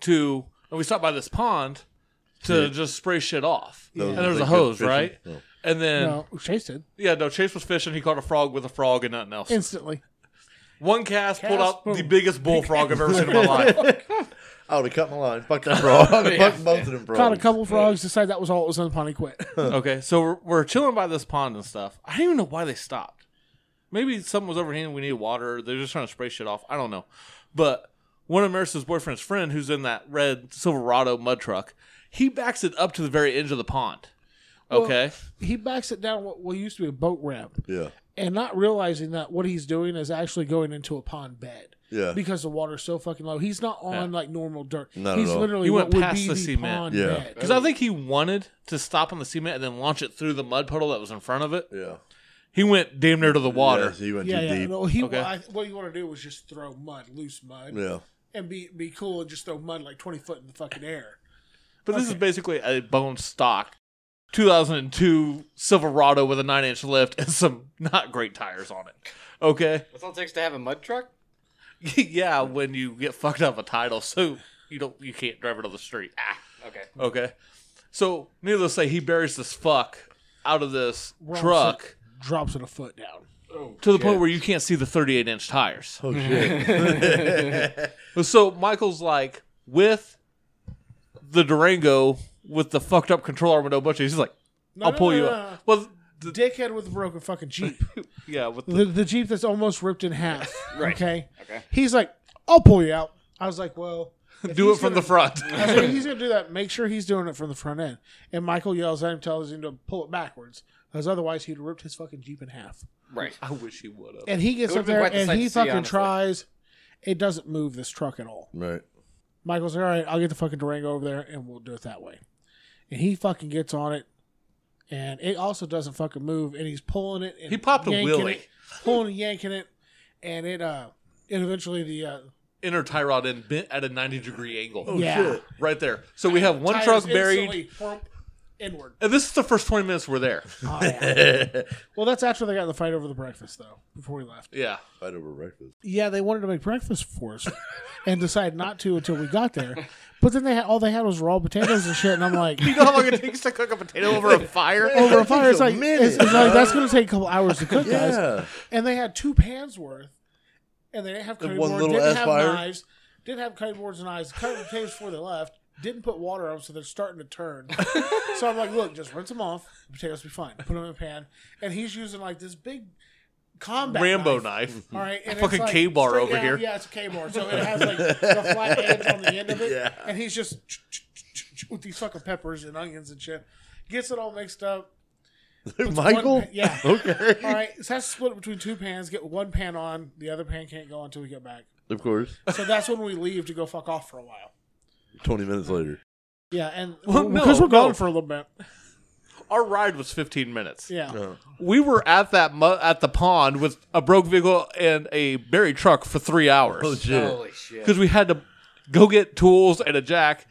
A: To and we stopped by this pond, to just spray shit off.
B: Those
A: And there was
B: big
A: a hose,
B: fishing-
A: right?
B: No.
A: And then
D: No, Chase did
A: yeah, no, Chase was fishing. He caught a frog with a frog and nothing else.
D: instantly.
A: One cast, pulled
D: Cast,
A: out
D: boom.
A: the biggest bullfrog I've ever seen in my
D: (laughs)
A: life.
B: I would have cut my line. Fuck that frog. Fuck both of them frogs.
D: Caught a couple frogs, decided that was all it was on the pond, he quit. (laughs)
A: Okay, so we're, we're chilling by this pond and stuff. I don't even know why they stopped. Maybe something was overheating. We needed water. They're just trying to spray shit off. I don't know. But one of Marissa's boyfriend's friend, who's in that red Silverado mud truck, he backs it up to the very edge of the pond. Okay,
D: He backs it down what what used to be a boat ramp,
B: Yeah.
D: and not realizing that what he's doing is actually going into a pond bed.
B: Yeah.
D: Because the water's so fucking low. He's not on like normal dirt.
B: Not at
D: he's
B: all.
D: literally
A: He went
D: what would
A: past
D: be
A: the
D: the,
A: cement.
D: pond
B: Yeah.
D: bed.
A: because I think he wanted to stop on the cement and then launch it through the mud puddle that was in front of it.
B: Yeah.
A: He went damn near to the
B: Yeah,
A: water.
B: so you went
D: Yeah,
B: too
D: yeah.
B: deep.
D: No, he,
A: Okay.
D: I- what you want to do is just throw mud, loose mud,
B: Yeah.
D: and be be cool and just throw mud like twenty foot in the fucking air.
A: But this is
D: Okay.
A: basically a bone stock 2002 Silverado with a 9 inch lift and some not great tires on it. Okay.
C: That's all it takes to have a mud truck.
A: (laughs) yeah, when you get fucked up a title, so you don't you can't drive it on the street. Ah.
C: Okay.
A: Okay. So needless to say, he buries this fuck out of this
D: Drops
A: truck
D: it, drops it a foot down.
A: to the point where you can't see the 38 inch tires.
B: Oh shit.
A: (laughs) So Michael's like with the Durango with the fucked up control arm and no bunches. He's like, I'll
D: no,
A: pull
D: no,
A: you
D: no,
A: up.
D: no, no.
A: Well, the,
D: Dickhead with a broken
A: (laughs)
D: fucking jeep.
A: yeah, with the
D: the, the jeep that's almost ripped in half.
C: Right.
D: Okay.
C: Okay.
D: He's like, I'll pull you out. I was
A: (laughs)
D: like, well, if
A: do it
D: he's
A: from the
D: gonna-
A: front.
D: I was like, he's gonna do that. Make sure he's doing it from the front end. And Michael yells at him, tells him to pull it backwards, because otherwise he'd ripped his fucking jeep in half.
C: Right.
A: I wish he would have.
D: And he gets
C: It would've
D: up
C: been
D: there
C: quite the
D: and
C: sight
D: he
C: to see,
D: fucking
C: honestly.
D: tries. It doesn't move this truck at all.
B: right.
D: Michael's like, all right, I'll get the fucking Durango over there and we'll do it that way. And he fucking gets on it, and it also doesn't fucking move. And he's pulling it. And
A: He popped a
D: yanking
A: wheelie.
D: it, pulling and yanking it, and it uh, and eventually the uh,
A: Inner tie rod and bent at a 90 degree angle.
D: yeah,
B: shit.
A: Right there. So we have one
D: tires
A: truck buried.
D: instantly plump inward.
A: And this is the first 20 minutes we're there.
D: Oh, yeah. well, that's after they got in the fight over the breakfast, though. Before we left,
A: Yeah.
B: Fight over breakfast.
D: yeah, they wanted to make breakfast
B: (laughs)
D: for us, and decided not to until we got there. But then they had all they had was raw potatoes and shit, and
B: (laughs)
D: I'm like,
A: You know (laughs) how long it takes to cook a potato over a fire?
D: over a fire. It's like,
B: a
D: it's, it's like that's going to take a couple hours to
B: (laughs)
D: cook, guys.
B: Yeah.
D: And they had two pans worth, and they didn't have cutting
B: one
D: board,
B: little
D: didn't
B: ass
D: have
B: fire.
D: knives, didn't have cutting boards and knives. Cut the potatoes before they left. Didn't put water on, 'em, so they're starting
B: (laughs)
D: to turn. so I'm like, look, just rinse them off. The potatoes will be fine. Put them in a pan, and he's using like this big
A: (laughs)
D: combat
A: Rambo
D: knife.
A: knife.
D: All right, and
A: Fucking
D: it's like
A: K-bar
D: straight
A: over
D: down-
A: here.
D: Yeah, it's a K bar. So
A: (laughs)
D: it has like the flat edge on the end of it,
B: Yeah.
D: and he's just ch- ch- ch- ch- ch- with these fucking peppers and onions and shit. Gets it all mixed up.
B: Michael?
D: One- yeah.
B: (laughs) Okay.
D: All right, so that's split between two pans. Get one pan on, the other pan can't go until we get back.
B: Of course.
D: So that's when we leave to go fuck off for a while.
B: Twenty minutes later.
D: Yeah, and
A: (laughs) Well, no,
D: because we're gone
A: no.
D: for a little bit.
A: Our ride was 15 minutes.
D: Yeah,
A: We were at that mu- at the pond with a broke vehicle and a buried truck for three
B: Oh
A: hours
B: shit.
C: Holy shit.
A: because we had to go get tools and a jack,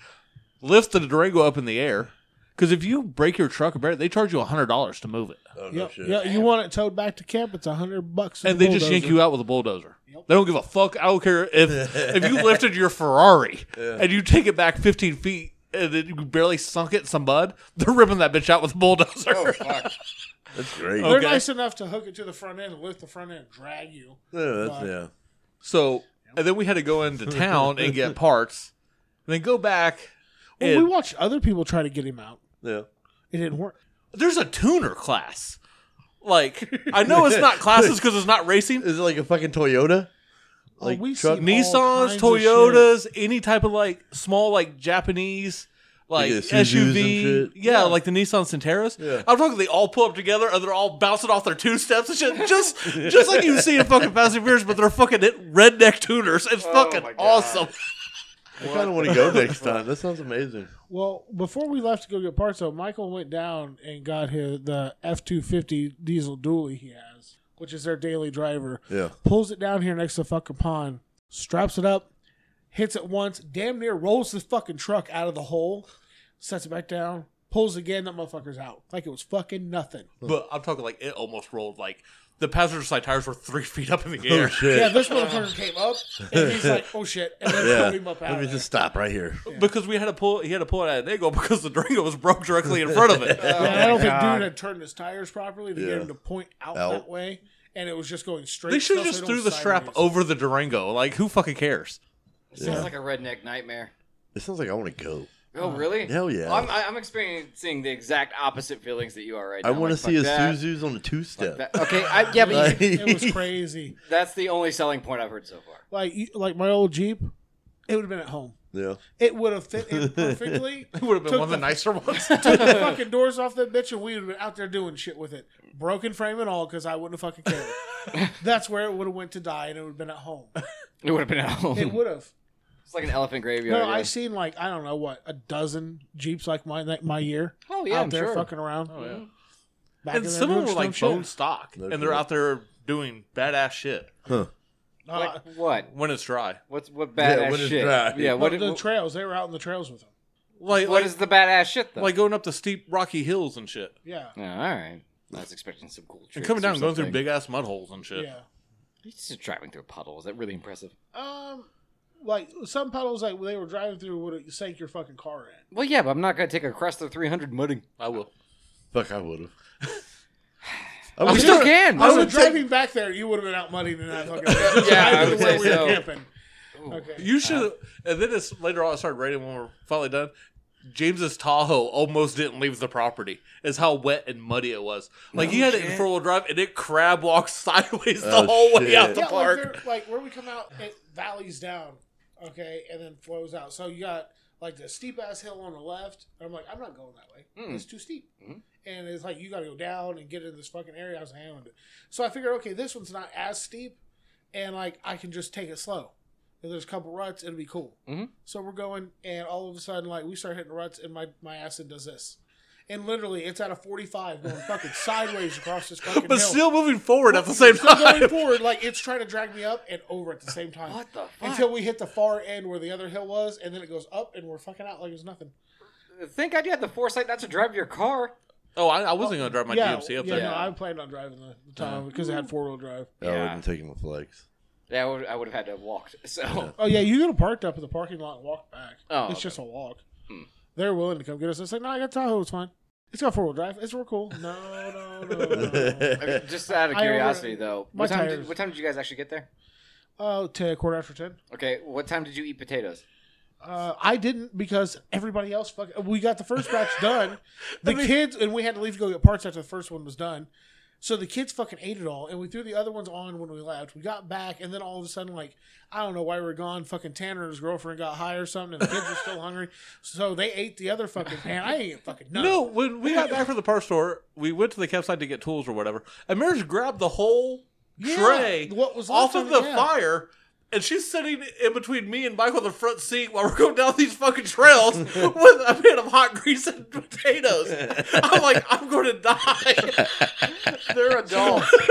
A: lift the Durango up in the air. Because if you break your truck or bury it, they charge you $100 to move it.
B: Oh no
D: yep,
B: shit.
D: yeah. You want it towed back to camp? It's a hundred bucks,
A: and they just yank you out with a bulldozer. They don't give a fuck. I don't care if if you lifted your Ferrari and you take it back 15 feet and then you barely sunk it in some mud. They're ripping that bitch out with a bulldozer.
B: Oh,
C: Oh,
B: (laughs) That's great.
A: Oh.
D: They're
A: okay.
D: nice enough to hook it to the front end, lift the front end, drag you.
B: Yeah, that's, yeah.
A: (laughs) so and then we had to go into town and get parts, and then go back.
D: Well,
A: and
D: we watched other people try to get him out.
B: Yeah.
D: It didn't work.
A: there's a tuner class. Like I know it's not classes because it's not racing.
B: Is it like a fucking Toyota? Like
D: Oh, we
B: truck-
D: see all kinds
A: Nissans,
D: of
A: Toyotas, any type of like small like Japanese like
B: Like a Suzu's
A: SUV,
B: and shit.
A: Yeah, like the Nissan Centeras.
B: Yeah.
A: I'm talking they all pull up together and they're all bouncing off their two steps and shit, just (laughs) just like you see in fucking Fast and Furious, but they're fucking redneck tuners. It's fucking
C: my God.
A: awesome.
B: I kind of want to go next time. That sounds amazing.
D: Well, before we left to go get parts, though, Michael went down and got his the F two fifty diesel dually he has, which is their daily driver.
B: Yeah.
D: Pulls it down here next to the fucking pond, straps it up, hits it once, damn near rolls the fucking truck out of the hole, sets it back down, pulls again, that motherfucker's out like it was fucking nothing.
A: But I'm talking like it almost rolled like the passenger side tires were three feet up in
B: (laughs)
A: the air.
B: Oh, shit.
D: Yeah, this motherfucker came up, and he's like, "Oh shit!" And then
B: Yeah.
D: pulled him up out.
B: Let me
D: of there.
B: just stop right here.
A: Because we had to pull, he had to pull it out of Dago because the Durango was broke directly in front of
B: (laughs)
A: it.
D: Yeah, I don't think
C: God.
D: dude had turned his tires properly to get
B: Yeah.
D: him to point out,
B: Out.
D: that way, and it was just going straight.
A: they should
D: so
A: have just
D: don't
A: threw the strap
D: sideways.
A: over the Durango. Like, who fucking cares?
C: Sounds like a redneck nightmare.
B: It sounds like I want to go.
C: Oh, really?
B: Hell yeah.
C: Well, I'm, I- I'm experiencing the exact opposite feelings that you are right now.
B: I want
C: Like,
B: to see a
C: fuck that,
B: Suzu's on a two step.
C: that- Okay, I, yeah, but you-
D: It was crazy.
C: (laughs) that's the only selling point I've heard so far.
D: Like you- like my old Jeep, it would have been at home.
B: yeah.
D: It would have fit in perfectly.
A: It would have been
D: Took
A: one of the
D: the- (laughs)
A: nicer ones.
D: Took the fucking doors off that bitch, and we would have been out there doing shit with it, broken frame and all, because I wouldn't have fucking cared. That's where it would have went to die, and it would have been at home.
C: It would have been at home.
D: It would have.
C: It's like an elephant graveyard.
D: No,
C: yeah.
D: I've seen like I don't know what a dozen Jeeps like my that, my year
C: Oh, yeah,
D: out
C: I'm
D: there
C: sure.
D: fucking around.
A: Oh, yeah. And
D: Back in there
A: some of them
D: doing
A: were like
D: dumb
A: bone
D: shit.
A: stock,
B: No
A: and they're
B: kidding.
A: out there doing badass shit
B: Huh.
D: Uh,
C: Like, what?
A: when it's dry.
C: What's what
B: Yeah,
C: badass
B: what is
C: shit?
B: that?
C: Yeah, what,
D: the, the
C: what-
D: trails they were out in the trails with them.
A: Like,
C: what
A: like,
C: is the badass shit though?
A: like going up the steep rocky hills and shit,
D: Yeah,
C: oh, all right. I was expecting some cool.
A: and
C: tricks
A: coming
C: or
A: down, and going through
C: something.
A: big ass mud holes and shit.
D: yeah.
C: He's just driving through a puddle. Is that really impressive?
D: Um, like some puddles like they were driving through would sank your fucking car in.
C: Well, yeah, but I'm not gonna take a Chrysler 300 mudding.
A: I will.
B: Fuck, (laughs) I
C: (sighs)
B: would have.
C: I still can.
D: I
B: I
D: was
B: would
D: driving
B: take.
D: back there. You would have been out money
C: (laughs)
D: than that fucking. Just
C: Yeah, I
D: driving
C: would
D: where
C: say
D: we were
C: so.
D: camping. Okay.
A: You should. and then it's later on. I started rating when we're finally done. James's Tahoe almost didn't leave the property. Is how wet and muddy it was. Like he had it in four wheel drive, and it crab walked (laughs) sideways the
B: Oh,
A: whole way
B: shit.
A: out the
D: yeah,
A: park.
D: Like, there- like where we come out, it valleys down, okay, and then flows out. So you got like the steep ass hill on the left. I'm like, I'm not going that way.
A: Hmm.
D: It's too steep. And it's like you got to go down and get in this fucking area. I was like, I don't wanna do it. So I figured, okay, this one's not as steep, and like I can just take it slow. If there's a couple ruts, it'll be cool.
A: Mm-hmm.
C: Mhm.
D: So we're going, and all of a sudden, like we start hitting ruts, and my my acid does this. And literally, it's at a 45 going fucking (laughs) sideways across this fucking
A: but
D: hill
A: still moving forward at the same
D: still going
A: time.
D: forward, like it's trying to drag me up and over at the same time.
C: What the fuck?
D: Until we hit the far end where the other hill was, and then it goes up, and we're fucking out like there's nothing.
C: Thank God you had the foresight not to drive your car.
A: (laughs) Oh, I, I wasn't gonna drive my GMC up
D: yeah,
A: there.
D: No, I planned on driving the, the time because it had four wheel drive.
B: I would have taken the flags. (laughs)
D: (laughs)
C: Yeah, I would, I would have had to have walked. So
D: Oh yeah, you could have parked up at the parking lot and walked back.
C: Oh,
D: it's
C: okay.
D: just a walk.
A: Hmm.
D: They're willing to come get us. It's like, no, I got Tahoe. It's fine. It's got four wheel drive. It's real cool. No, no, no.
B: (laughs)
D: no.
C: Okay, just out of
D: (laughs) I already-
C: curiosity though,
D: my
C: what time, did,
D: tires.
C: what time did you guys actually get there?
D: Oh, to quarter after ten.
C: Okay, what time did you eat potatoes?
D: Uh, I didn't because everybody else fuck. We got the
B: (laughs)
D: first batch done. The kids and we had to leave to go get parts after the first one was done. So the kids fucking ate it all, and we threw the other ones on when we left. We got back, and then all of a sudden, like I don't know why we were gone. Fucking Tanner and his girlfriend got high or something, and the kids
B: (laughs)
D: were still hungry, so they ate the other fucking pan. I ain't fucking none.
A: No, when we got back from the parts store, we went to the campsite to get tools or whatever. And Maris grabbed the whole
D: Yeah,
A: tray
D: what was
A: off
D: left
A: of
D: of
A: the
D: it, yeah.
A: fire, and she's sitting in between me and Mike on the front seat while we're going down these fucking trails
D: (laughs)
A: with a pan of hot grease and potatoes. I'm like, I'm going to die.
C: (laughs) They're adults.
B: (laughs)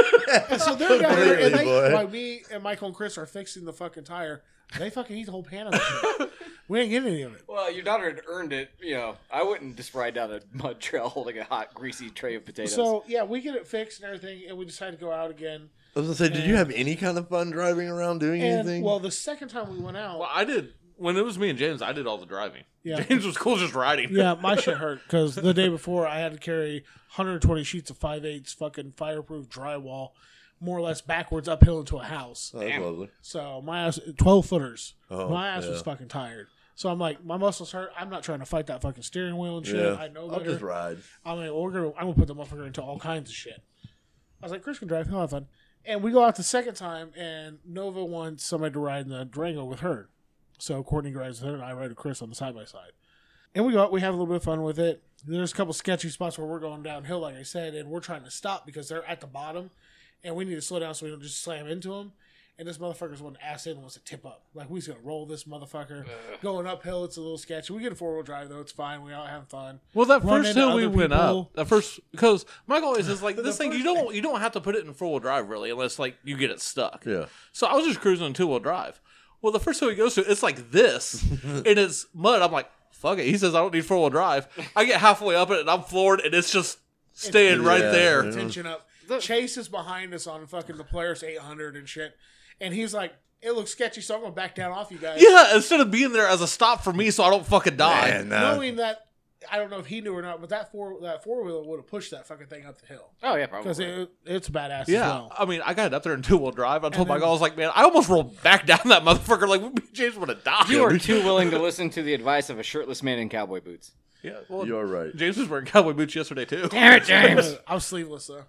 D: And so they're down there, and
B: Really,
D: they,
B: boy.
D: while me and Michael and Chris are fixing the fucking tire, they fucking eat the whole pan
B: (laughs)
D: of it. we ain't getting any of it.
C: (laughs) well, your daughter had earned it. You know, I wouldn't just ride down a mud trail holding a hot, greasy tray of potatoes.
D: So yeah, we get it fixed and everything, and we decide to go out again.
B: I was gonna say, did you have any kind of fun driving around doing anything?
D: And well, the second time we went out, (laughs)
A: Well, I did. When it was me and James, I did all the driving.
D: Yeah.
A: James was cool just riding.
D: yeah, my shit hurt because the day before I had to carry 120 sheets of 5/8 fucking fireproof drywall, more or less backwards uphill into a house.
B: oh, that's lovely.
D: So my ass, 12 footers,
B: Oh,
D: my ass
B: yeah.
D: was fucking tired. So I'm like, my muscles hurt. I'm not trying to fight that fucking steering wheel and shit.
B: Yeah,
D: I know
B: I'll
D: better.
B: just ride.
D: I'm like, we're gonna, I'm gonna put the motherfucker into all kinds of shit. I was like, Chris can drive, he'll have fun. And we go out the second time, and Nova wants somebody to ride in the Durango with her. So Courtney rides with her, and I ride with Chris on the side by side. And we go out, we have a little bit of fun with it. There's a couple sketchy spots where we're going downhill, like I said, and we're trying to stop because they're at the bottom, and we need to slow down so we don't just slam into them. And this motherfucker's one ass in and wants to tip up. Like, we just gonna roll this motherfucker. Going uphill, it's a little sketchy. We get a four wheel drive, though, it's fine. We're out having fun.
A: Well, that
D: Run
A: first
D: into
A: hill we
D: other
A: went
D: people.
A: up, that first because Michael always is
D: (laughs)
A: like this thing. You
D: first
A: don't you don't have to put it in four wheel drive really, unless like you get it stuck.
B: Yeah.
A: So I was just cruising on two wheel drive. Well, the first hill he goes to, it's like
B: (laughs)
A: this, and it's mud. I'm like, fuck it. He says I don't need four wheel drive. I get halfway up it and I'm floored, and it's just staying right
B: Yeah.
A: there.
B: Yeah.
D: tension up.
C: Look.
D: Chase is behind us on fucking the players 800 and shit. And he's like, it looks sketchy, so I'm going to back down off you guys.
A: Yeah, instead of being there as a stop for me so I don't fucking
D: Ah,
A: die.
B: Man, no.
D: Knowing that, I don't know if he knew or not, but that four that four wheeler would have pushed that fucking thing up the hill.
C: Oh yeah,
D: Because
C: probably.
D: it, it's badass
A: Yeah,
D: as well.
A: (laughs) I mean, I got up there in two wheel drive. I told my
D: then-
A: guy, I was like, man, I almost rolled back down that motherfucker. Like, (laughs) we James would have died.
C: You are
D: (laughs)
C: too willing to listen to the advice of a shirtless man in cowboy boots.
A: yeah, well,
B: You are right.
A: James was wearing cowboy boots yesterday too,
C: Damn it, James.
D: I was sleeveless though.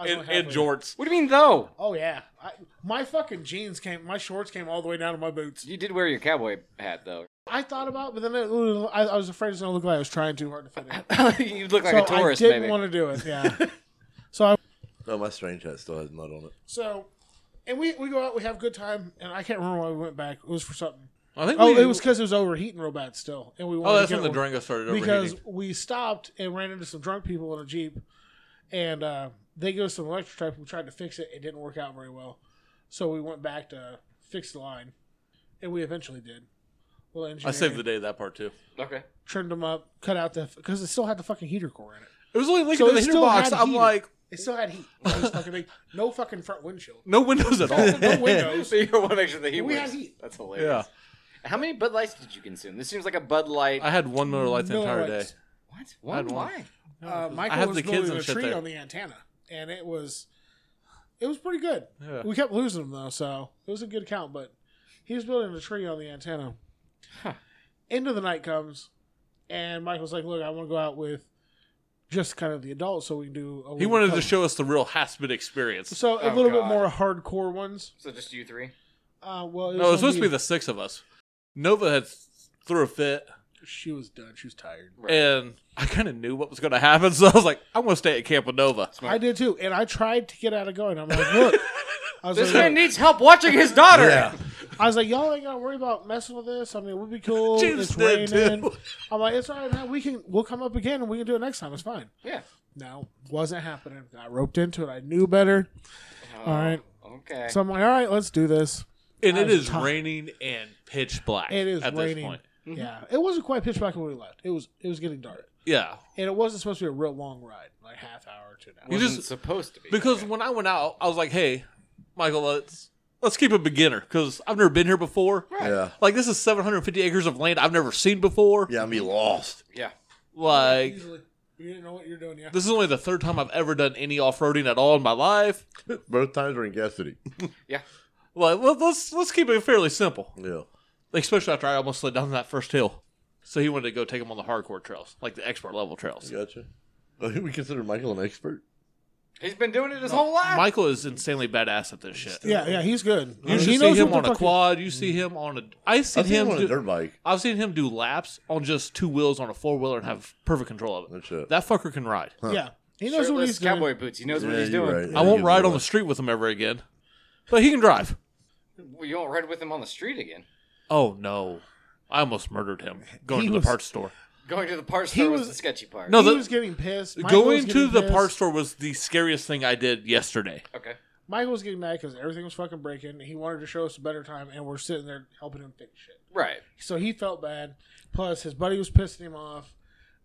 D: I was
A: and,
D: only
A: and
D: halfway.
A: jorts.
C: what do you mean though?
D: Oh yeah, I, my fucking jeans came, my shorts came all the way down to my boots.
C: You did wear your cowboy hat though.
D: I thought about, it, but then it, I, I was afraid it's gonna look like I was trying too hard to fit
C: (laughs)
D: in.
C: you look like
D: so
C: a tourist,
D: I didn't
C: maybe.
D: want to do it. Yeah. so I
B: Oh, my strange hat still has mud on it.
D: so, and we we go out, we have a good time, and I can't remember why we went back. It was for something.
A: I think.
D: Oh,
A: we-
D: it was because it was overheating real bad still, and we wanted
A: Oh, that's
D: to get
A: when the
D: it-
A: Durango started
D: because
A: overheating.
D: we stopped and ran into some drunk people in a jeep, and uh, they gave us some electric type. We tried to fix it; it didn't work out very well, so we went back to fix the line, and we eventually did. Well,
A: I saved the day that part too.
C: (laughs) Okay.
D: trimmed them up, cut out the because it still had the fucking heater core in it.
A: It was only leaking
D: So
A: to the
D: it
A: heater
D: still
A: box.
D: had
A: I'm
D: heater.
A: like,
D: It still had heat. It was fucking big. No fucking
A: (laughs)
D: front windshield.
A: no windows at all. (laughs)
D: (laughs) No windows.
C: So you want to make sure that he
D: We
C: wins.
D: had heat.
C: That's
A: yeah,
C: hilarious. How many Bud Lights did you consume? This seems like a Bud Light.
A: I had one Miller Lite the
D: Miller
A: entire day.
D: Lites.
C: what?
A: I
C: One
A: had one.
C: why?
D: Uh, Michael
A: Oh, have
D: was
A: the
D: the
A: kids
D: building
A: and
D: a
A: shit
D: tree
A: there.
D: on the antenna, and it was it was pretty good.
A: Yeah.
D: We kept losing them though, so it was a good count. But he was building a tree on the antenna. End of the night comes, and Michael's like, "Look, I want to go out with just kind of the adults, so we can do." A
A: He
D: little
A: wanted to
D: cover."
A: show us the real Haspin experience.
D: so a
C: Oh,
D: little
C: God.
D: bit more hardcore ones.
C: So just you three.
D: Uh, well, it
A: No, it was
D: gonna
A: supposed to be the six of us. Nova had threw a fit,
D: She was done. She was tired.
C: Right.
A: and I kind of knew what was going to happen, (laughs) so I was like, I'm going to stay at Camp with Nova.
C: Right.
D: I did too, and I tried to get out of going. I'm like,
A: (laughs)
D: look, I was
C: This
D: like,
C: man needs help watching his daughter.
B: Yeah.
D: I was like, y'all ain't gotta worry about messing with this. I mean, we'll
A: (laughs)
D: be cool.
A: James
D: it's
A: did,
D: raining.
A: too.
D: I'm like, it's all right, man. We can we'll come up again and we can do it next time. It's fine.
C: Yeah.
D: No, wasn't happening. Got roped into it. I knew better. all right.
C: Oh, Okay.
D: So I'm like, all right, let's do this.
A: And
D: I
A: it
D: was
A: is
D: tired.
A: raining and pitch black.
D: It is
A: at This
D: raining.
A: point.
D: Yeah, it wasn't quite pitch black when we left. It was it was getting dark,
A: Yeah,
D: and it wasn't supposed to be a real long ride, like half hour to an hour.
A: You
C: Wasn't
A: just-
C: supposed to be
A: because when I went out, I was like, "Hey, Michael, let's let's keep a beginner because I've never been here before.
B: (laughs) Yeah.
A: Like this is 750 acres of land I've never seen before.
B: Yeah, I'm be lost.
C: yeah.
A: Like
D: Usually, you didn't know what you're doing. Yeah,
A: this is only the third time I've ever done any off roading at all in my life.
B: Both times we're in Gas City.
A: Like let- let's let's keep it fairly simple,
B: Yeah.
A: especially after I almost slid down that first hill. So he wanted to go take him on the hardcore trails, like the expert level trails.
B: Gotcha. I think we consider Michael an expert.
C: He's been doing it his whole life.
A: Michael is insanely badass at this shit.
D: yeah, yeah. He's good.
A: You
D: I mean,
A: should
D: he
A: see him
D: what
A: on
D: the
A: a
D: fuck he-
A: quad. You see him on a. I see
B: I've seen
A: him
B: him on
A: do-
B: a dirt bike.
A: I've seen him do laps on just two wheels on a four wheeler and have perfect control of it.
B: That's it.
A: That fucker can ride.
D: Yeah, he knows
C: Shirtless
D: what he's doing.
C: cowboy boots. He knows what
B: Yeah,
C: he's
B: you're
C: doing.
B: right.
A: I won't
B: He's
A: ride on
B: right.
A: the street with him ever again, but he can drive.
C: Well, you don't ride with him on the street again.
A: Oh no, I almost murdered him going
D: He
A: to
D: was-
A: the parts store.
C: Going to the parts
D: He
C: store was,
D: was-
C: the sketchy part.
A: No,
D: he
A: the-
D: was getting pissed. Michael was
A: going to
D: getting
A: the
D: pissed.
A: parts store was the scariest thing I did yesterday.
C: Okay.
D: Michael was getting mad because everything was fucking breaking. He wanted to show us a better time, and we're sitting there helping him fix shit.
C: Right.
D: So he felt bad. Plus, his buddy was pissing him off.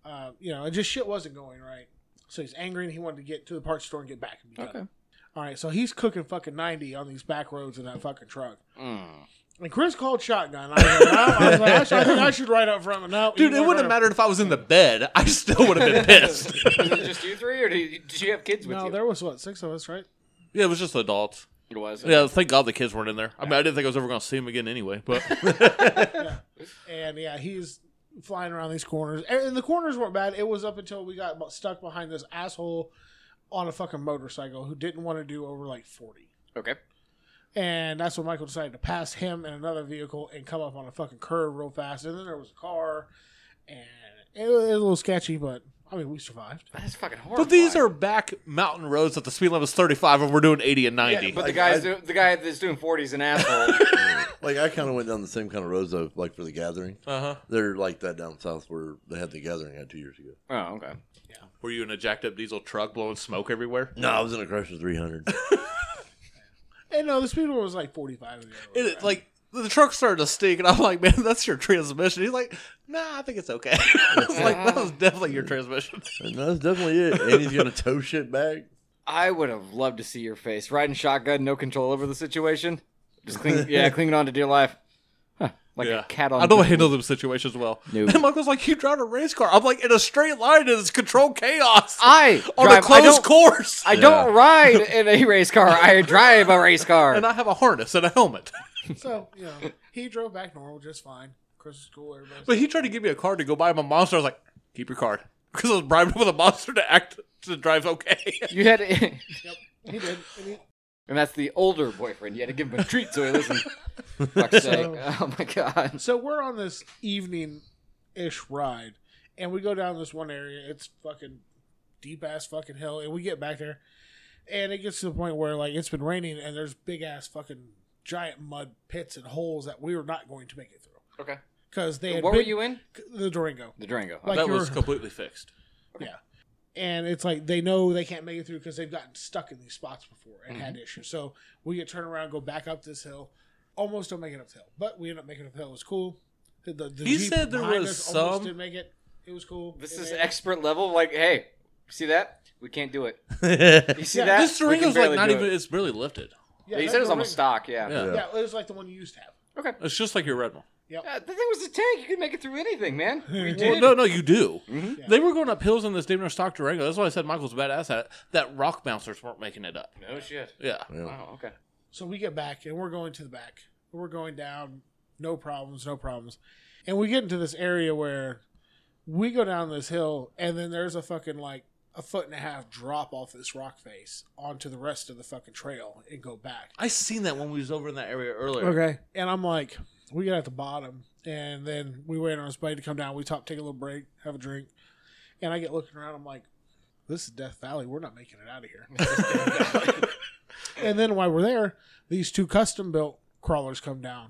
D: Uh, you know, it just shit wasn't going right. So he's angry, and he wanted to get to the parts store and get back. And be done. All right, so he's cooking fucking ninety on these back roads in that fucking truck.
A: Mm.
D: And Chris called shotgun. I was like, "Well," I, was like, I, should, I think I should ride up front. No, you
A: Dude, it wouldn't
D: went right
A: have
D: up-
A: mattered if I was in the bed. I still would have been pissed.
C: Was it just you three, or did you, did you have kids with
D: No,
C: you?
D: there was what six of us, right?
A: (laughs) yeah, it was just adults.
C: It was.
A: Yeah, thank God the kids weren't in there. I mean, I didn't think I was ever going to see him again anyway. But
D: And yeah, he's flying around these corners. And, and the corners weren't bad. It was up until we got bu- stuck behind this asshole on a fucking motorcycle who didn't want to do over like 40.
C: Okay.
D: And that's when Michael decided to pass him and another vehicle and come up on a fucking curve real fast. And then there was a car. And it was, it was a little sketchy, but I mean, we survived.
C: That's fucking
A: (laughs)
C: horrible.
A: but these are back mountain roads at the speed limit is 35, and we're doing 80 and 90.
C: but the
B: Like,
C: guys,
B: I-
C: do, the guy that's doing 40 is an asshole. (laughs)
B: (laughs) Like I kind of went down the same kind of roads though, like for the gathering.
A: uh huh.
B: They're like that down south where they had the gathering at two years ago.
C: oh, okay.
A: Were you in a jacked up diesel truck blowing smoke everywhere?
B: No, I was in a Chrysler (laughs) 300.
D: And no, the speed limit was like 45. in the other
A: It,
D: way,
A: it,
D: right?
A: like the truck started to stink, and I'm like, "Man, that's your transmission." He's like, "Nah, I think it's okay." (laughs) I was like, "That was definitely your transmission."
B: (laughs) and that's definitely it. And he's gonna tow shit back.
C: I would have loved to see your face riding shotgun, no control over the situation.
A: (laughs)
C: Just cling, yeah, clinging on to dear life, Huh, like
A: Yeah.
C: a cat on.
A: I don't
C: bone.
A: handle them situations well.
C: No.
A: And Michael's like, you drive a race car. I'm like, in a straight line, it's controlled chaos.
C: (laughs) I
A: (laughs) on
C: drive.
A: a closed
C: I don't,
A: course.
C: I don't
A: (laughs)
C: ride in a race car. I drive a race car.
A: and I have a harness and a helmet. (laughs)
D: So, you know, he drove back normal just fine. Chris is cool, everybody's
A: But he tried to give me a card to go buy him a monster. I was like, keep your (laughs) card. Because I was bribed with a monster to act to drive okay.
C: you had, (laughs) to,
D: He did. And he,
C: and that's the older boyfriend. You had to give him a treat so he listened.
A: (laughs)
C: Fuck's sake! Oh my god!
D: so we're on this evening ish ride, and we go down this one area. It's fucking deep ass fucking hill, and we get back there, and it gets to the point where like it's been raining, and there's big ass fucking giant mud pits and holes that we were not going to make it through
C: Okay.
D: because they had
C: What were
D: big-
C: you in?
D: the Durango,
C: The Durango.
D: (laughs) Like-
A: that
D: you
A: was
D: were-
A: completely fixed.
D: yeah. And it's like they know they can't make it through because they've gotten stuck in these spots before and had
C: Mhm.
D: issues. So we get turned around, go back up this hill, almost don't make it up the hill, but we end up making it up the hill. It was cool. The, the
A: He
D: Jeep
A: said there
D: behind
A: was
D: us almost
A: some-
D: did make it. It was cool.
C: This
D: It
C: is
D: made it.
C: expert level. Like, hey, see that? We can't do it. You see
D: Yeah,
C: that?
A: This
C: We can
A: Durango's like
C: barely
A: not
C: do
A: even,
C: It.
A: it's barely lifted.
D: Yeah,
C: he
D: that
C: said it was almost
D: Durango-
C: stock. Yeah.
A: Yeah.
D: Yeah, it was like the one you used to have.
C: Okay.
A: It's just like your Red Bull.
C: Uh, the thing was a tank. You could make it through anything,
D: (laughs)
C: man. We
A: Well,
C: did.
A: no, no, you do.
C: Mm-hmm.
A: They were going up hills in this damn near stock Durango. That's why I said Michael's badass at it. That rock bouncers weren't making it up.
C: No shit.
A: Yeah.
C: Wow. Oh, Okay.
D: So we get back and we're going to the back. We're going down, no problems, no problems. And we get into this area where we go down this hill and then there's a fucking like a foot and a half drop off this rock face onto the rest of the fucking trail and go back.
A: I seen that when we was over in that area earlier.
D: Okay. And I'm like, we get at the bottom and then we wait on his buddy to come down. We talk, take a little break, have a drink. And I get looking around, I'm like, this is Death Valley. We're not making it out of here. and then while we're there, these two custom built crawlers come down.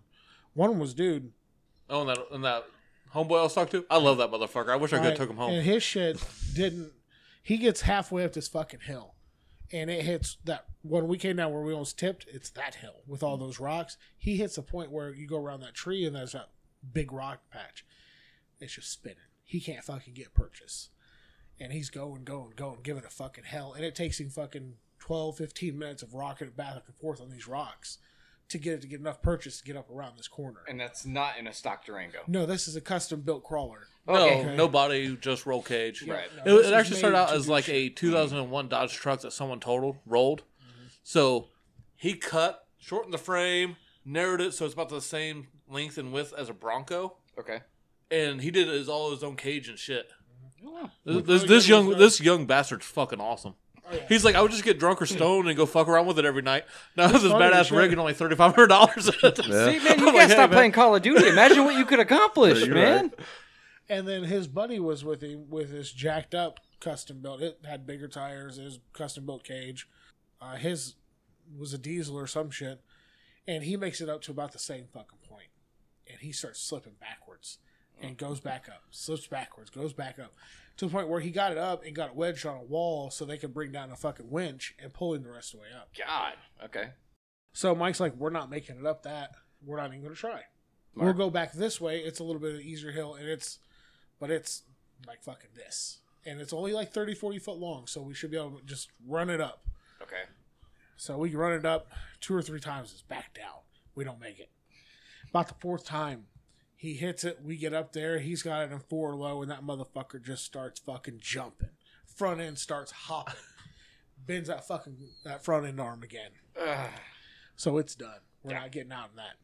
D: One was dude.
A: Oh, and that, and that homeboy I was talking to? I love that motherfucker. I wish I could have
D: right?
A: took him home.
D: And his shit didn't. He gets halfway up this fucking hill, and it hits that when we came down where we almost tipped. It's that hill with all those rocks. He hits a point where you go around that tree and there's that big rock patch. It's just spinning. He can't fucking get purchase, and he's going, going, going, giving a fucking hell, and it takes him fucking 12, 15 minutes of rocking it back and forth on these rocks to get it to get enough purchase to get up around this corner.
C: And that's not in a stock Durango.
D: No, this is a custom built crawler.
A: No,
C: Okay.
A: nobody, just roll cage.
C: Right.
A: It-
D: No, this
A: it,
D: was
A: actually started
D: made
A: out
D: to
A: as
D: do
A: like a 2001 Dodge truck that someone totaled, rolled.
D: Mm-hmm.
A: So he cut, shortened the frame, narrowed it so it's about the same length and width as a Bronco,
D: (laughs)
C: Okay.
A: and he did his all his own cage and shit. This, this, this
D: really good
A: young
D: design.
A: this young bastard's fucking awesome. He's like, I would just get drunk or stoned and go fuck around with it every night. Now this
D: funny as
A: badass
D: shit.
A: rig and only thirty five hundred dollars. (laughs)
C: (laughs) See,
D: Oh
C: man, you
A: I'm like,
C: guys
A: hey, man.
C: stop playing Call of Duty. Imagine what you could
D: (laughs)
C: accomplish,
B: You're
C: man.
D: And then his buddy was with him with this jacked up custom built. It had bigger tires. It was custom built cage. Uh, his was a diesel or some shit, and he makes it up to about the same fucking point, and he starts slipping backwards and goes back up, slips backwards, goes back up to the point where he got it up and got it wedged on a wall so they could bring down a fucking winch and pull him the rest of the way up.
C: God. Okay.
D: So Mike's like, we're not making it up that. We're not even going to try. We'll
C: Mark.
D: go back this way. It's a little bit of an easier hill, and it's, but it's like fucking this. And it's only like 30, 40 foot long, so we should be able to just run it up.
C: Okay.
D: So we run it up two or three times. It's back down. We don't make it. About the fourth time, he hits it. We get up there. He's got it in four low, and that motherfucker just starts fucking jumping. Front end starts hopping. Bends that fucking that front end arm again. So it's done. We're not getting out in that.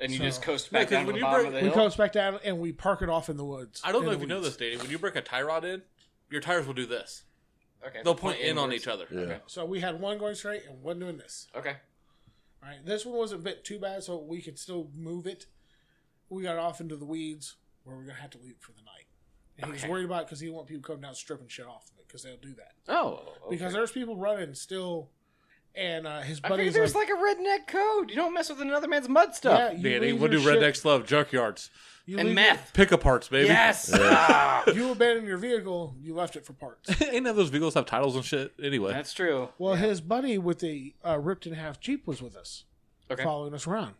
C: And you
D: So-
C: just coast back
A: Yeah, 'cause
C: down to
A: when
C: the
A: you
C: bottom
A: bring-
C: of the
D: We
C: hill.
D: coast back down and we park it off in the woods.
A: I don't
D: in
A: know
D: the
A: if you know this,
D: weeds.
A: Danny. When you break a tie rod in, your tires will do this.
C: okay.
A: They'll point in on
C: inwards.
A: each other.
B: Yeah.
D: So we had one going straight and one doing this.
C: Okay.
D: All right, this one wasn't bit too bad, so we could still move it. We got off into the weeds where we're gonna have to leave for the night. And he was worried about because he didn't want people coming down stripping shit off of it because they'll do that
C: Oh.
D: because there's people running still, and uh, his
C: I figured
D: buddies
C: there's
D: like,
C: like a redneck code. You don't mess with another man's mud
D: yeah,
C: stuff.
D: you
A: Danny,
D: leave
A: what do
D: your shit-
A: rednecks love? Junkyards,
D: you
C: And
D: leave
C: meth.
A: pickup parts, baby.
C: Yes.
D: (laughs)
C: Ah.
D: your- You abandoned your vehicle. You left it for parts.
A: (laughs) Ain't none of those vehicles have titles and shit anyway.
C: That's true.
D: Well, his buddy with the uh, ripped in half Jeep was with us,
C: Okay.
D: following us around.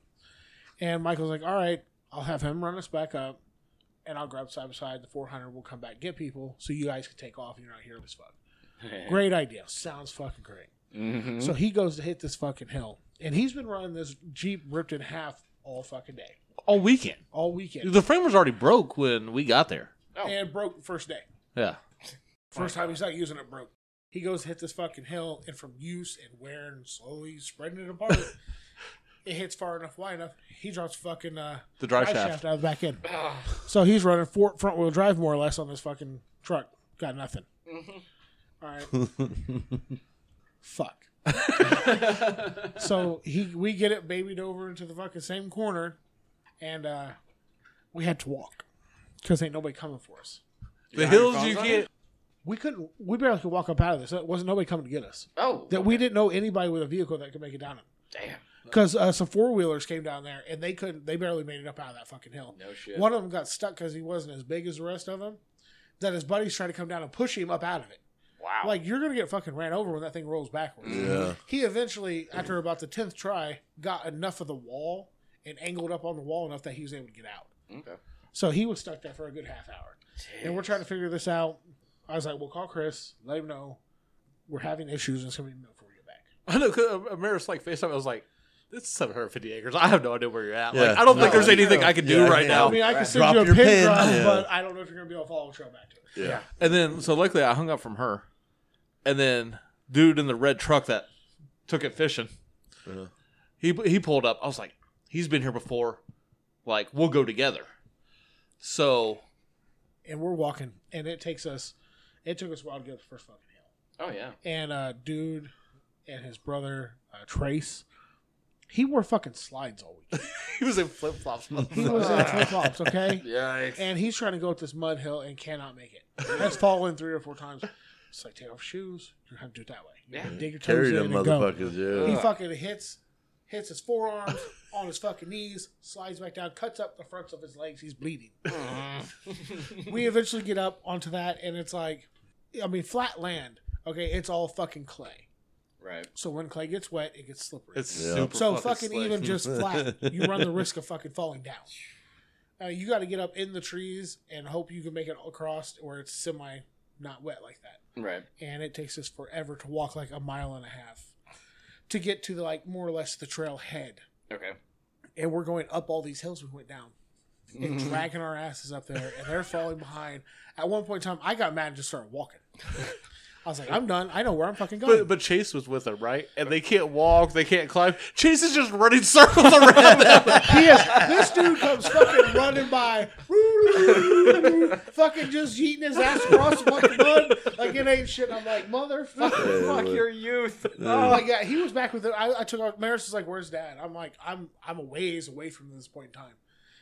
D: And Michael's like, all right, I'll have him run us back up, and I'll grab side by side the 400. We'll come back, get people, so you guys can take off and you're not here as fuck. Great idea. Sounds fucking great.
C: Mm-hmm.
D: So he goes to hit this fucking hill, and he's been running this Jeep ripped in half all fucking day,
A: All weekend.
D: all weekend,
A: The frame was already broke when we got there.
D: and broke first day.
A: Yeah.
D: First time he's not using it broke. He goes to hit this fucking hill, and from use and wear and slowly spreading
A: (laughs)
D: it apart, it hits far enough, wide enough. He drops fucking uh,
A: The drive shaft. Ah.
D: out of the back end. so he's running four, front wheel drive more or less on this fucking truck. Got nothing.
A: Mm-hmm.
D: All right.
A: (laughs)
D: Fuck. so he we get it babied over into the fucking same corner, and uh, we had to walk because ain't nobody coming for us.
A: The hills you can't.
D: We couldn't. We barely could walk up out of this. There wasn't nobody coming to get us.
C: Oh,
D: That we didn't know anybody with a vehicle that could make it down it.
C: damn.
D: Because uh, some four wheelers came down there and they couldn't. They barely made it up out of that fucking hill.
C: No shit.
D: One of them got stuck because he wasn't as big as the rest of them. That his buddies tried to come down and push him up out of it.
C: Wow.
D: Like you're gonna get fucking ran over when that thing rolls backwards.
B: Yeah.
D: He eventually, after about the tenth try, got enough of the wall and angled up on the wall enough that he was able to get out.
C: Okay.
D: So he was stuck there for a good half hour. And we're trying to figure this out. I was like, "We'll call Chris, let him know we're having issues, and it's gonna be a minute before we get back."
A: (laughs) I know. 'cause Amaris like FaceTime. I was like, "This is 750 acres. I have no idea where you're at. Like,
B: Yeah.
A: I don't think
B: No,
A: there's anything I can do
B: Yeah, I
A: right
B: mean,
A: now."
D: I mean, I can send
B: Drop
D: you a
B: your
D: pin
B: pin.
D: drive,
B: Yeah.
D: but I don't know if you're gonna be able to follow the trail back to it.
B: Yeah.
A: And then, so luckily, I hung up from her. And then, dude in the red truck that took it fishing,
B: Uh-huh.
A: he he pulled up. I was like, he's been here before. Like, we'll go together. So (laughs)
D: and we're walking, and it takes us. It took us a while to get up the first fucking hill.
C: Oh yeah.
D: And uh, dude, and his brother uh, Trace, he wore fucking slides all week.
A: he was in flip flops.
B: Hmm.
D: He was in flip flops, okay.
C: Yikes.
D: And he's trying to go up this mud hill and cannot make it. Has fallen three or four times. It's like take off them shoes. You're gonna have to do it that way.
C: Yeah.
D: Dig your toes
B: Carry
D: in
B: them
D: and go.
B: motherfuckers, yeah.
D: He fucking hits, hits his forearms (laughs) on his fucking knees, slides back down, cuts up the fronts of his legs. He's bleeding. we eventually get up onto that, and it's like, I mean, flat land. Okay, it's all fucking clay.
C: (laughs) Right.
D: So when clay gets wet, it gets slippery.
A: It's
B: Yeah.
A: super.
D: so
A: fucking,
D: fucking,
A: slick.
D: even just flat, you run the risk of fucking falling down. Uh, you got to get up in the trees and hope you can make it across where it's semi not wet like that
C: Right.
D: and it takes us forever to walk like a mile and a half to get to the, like more or less the trail head.
C: Okay.
D: And we're going up all these hills we went down and
C: Mm-hmm.
D: dragging our asses up there, and they're falling behind. At one point in time, I got mad and just started walking. I was like, I'm done. I know where I'm fucking
A: (laughs)
D: going.
A: But, but Chase was with him, right? And they can't walk, they can't climb. Chase is just running (laughs) circles around
D: (laughs)
A: them.
D: he is. This dude comes fucking running by, fucking just yeeting his ass across the fucking mud like it ain't shit. I'm like, motherfucker,
C: Fuck your youth.
D: Oh my god, he was back with it. I, I took out Maris was like, "Where's Dad?" I'm like, "I'm I'm a ways away from this point in time."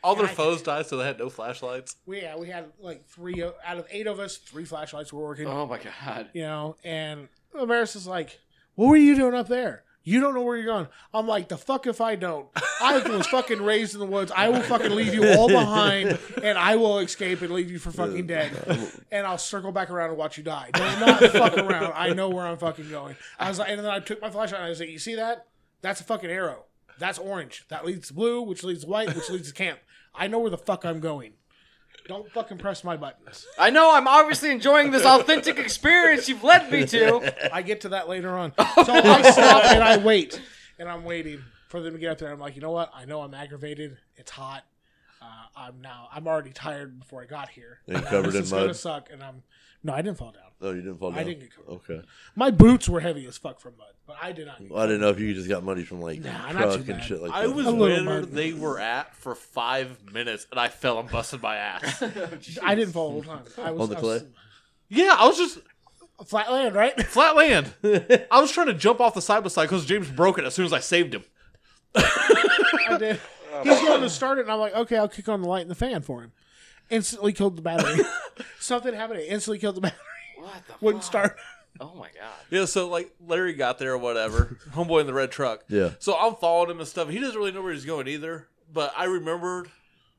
A: All their foes died, so they had no flashlights.
D: We yeah, we had like three o- out of eight of us, three flashlights were
C: (laughs)
D: working,
C: Oh my god.
D: you know. And Maris is like, "What were you doing up there? You don't know where you're going." I'm like, "The fuck if I don't. I (laughs) was fucking raised in the woods. I will fucking leave you all behind, and I will escape and leave you for fucking dead, and I'll circle back around and watch you die. Don't not fuck around. I know where I'm fucking going." I was like, and then I took my flashlight and I was like, "You see that? That's a fucking arrow." That's orange. That leads to blue, which leads to white, which leads to camp. I know where the fuck I'm going. Don't fucking press my buttons.
C: I know I'm obviously enjoying this authentic experience you've led me to.
B: (laughs)
D: I get to that later on. So I stop and I wait, and I'm waiting for them to get up there. I'm like, you know what? I know I'm aggravated. It's hot. Uh, I'm now. I'm already tired before I got here.
B: And
D: Now,
B: covered
D: (laughs) this
B: in
D: is gonna
B: mud.
D: suck. And I'm. No, I didn't fall down.
B: Oh, you didn't fall down?
D: I didn't get covered.
B: Okay.
D: My boots were heavy as fuck from mud, but I did not. Get
B: Well, I didn't know if you just got money from like
D: Nah, not too
B: truck and
D: bad.
B: shit like
A: I
B: that.
A: was
D: A little
A: where
D: mud.
A: they were at for five minutes, and I fell and busted my ass.
D: I didn't fall the whole time. I was
B: On the
D: I was-
B: clay?
A: yeah, I was just
D: flat land, right? (laughs)
A: flat land. I was trying to jump off the side by side because James broke it as soon as I saved him.
D: I did. He's going to start it, and I'm like, okay, I'll kick on the light and the fan for him. Instantly killed
B: (laughs)
D: the battery. Something happened. It instantly killed the battery.
C: What the
D: Wouldn't
C: fuck?
D: start.
C: Oh my god.
A: Yeah, so like Larry got there or whatever, (laughs) homeboy in the red truck.
B: Yeah.
A: So I'm following him and stuff. He doesn't really know where he's going either, but I remembered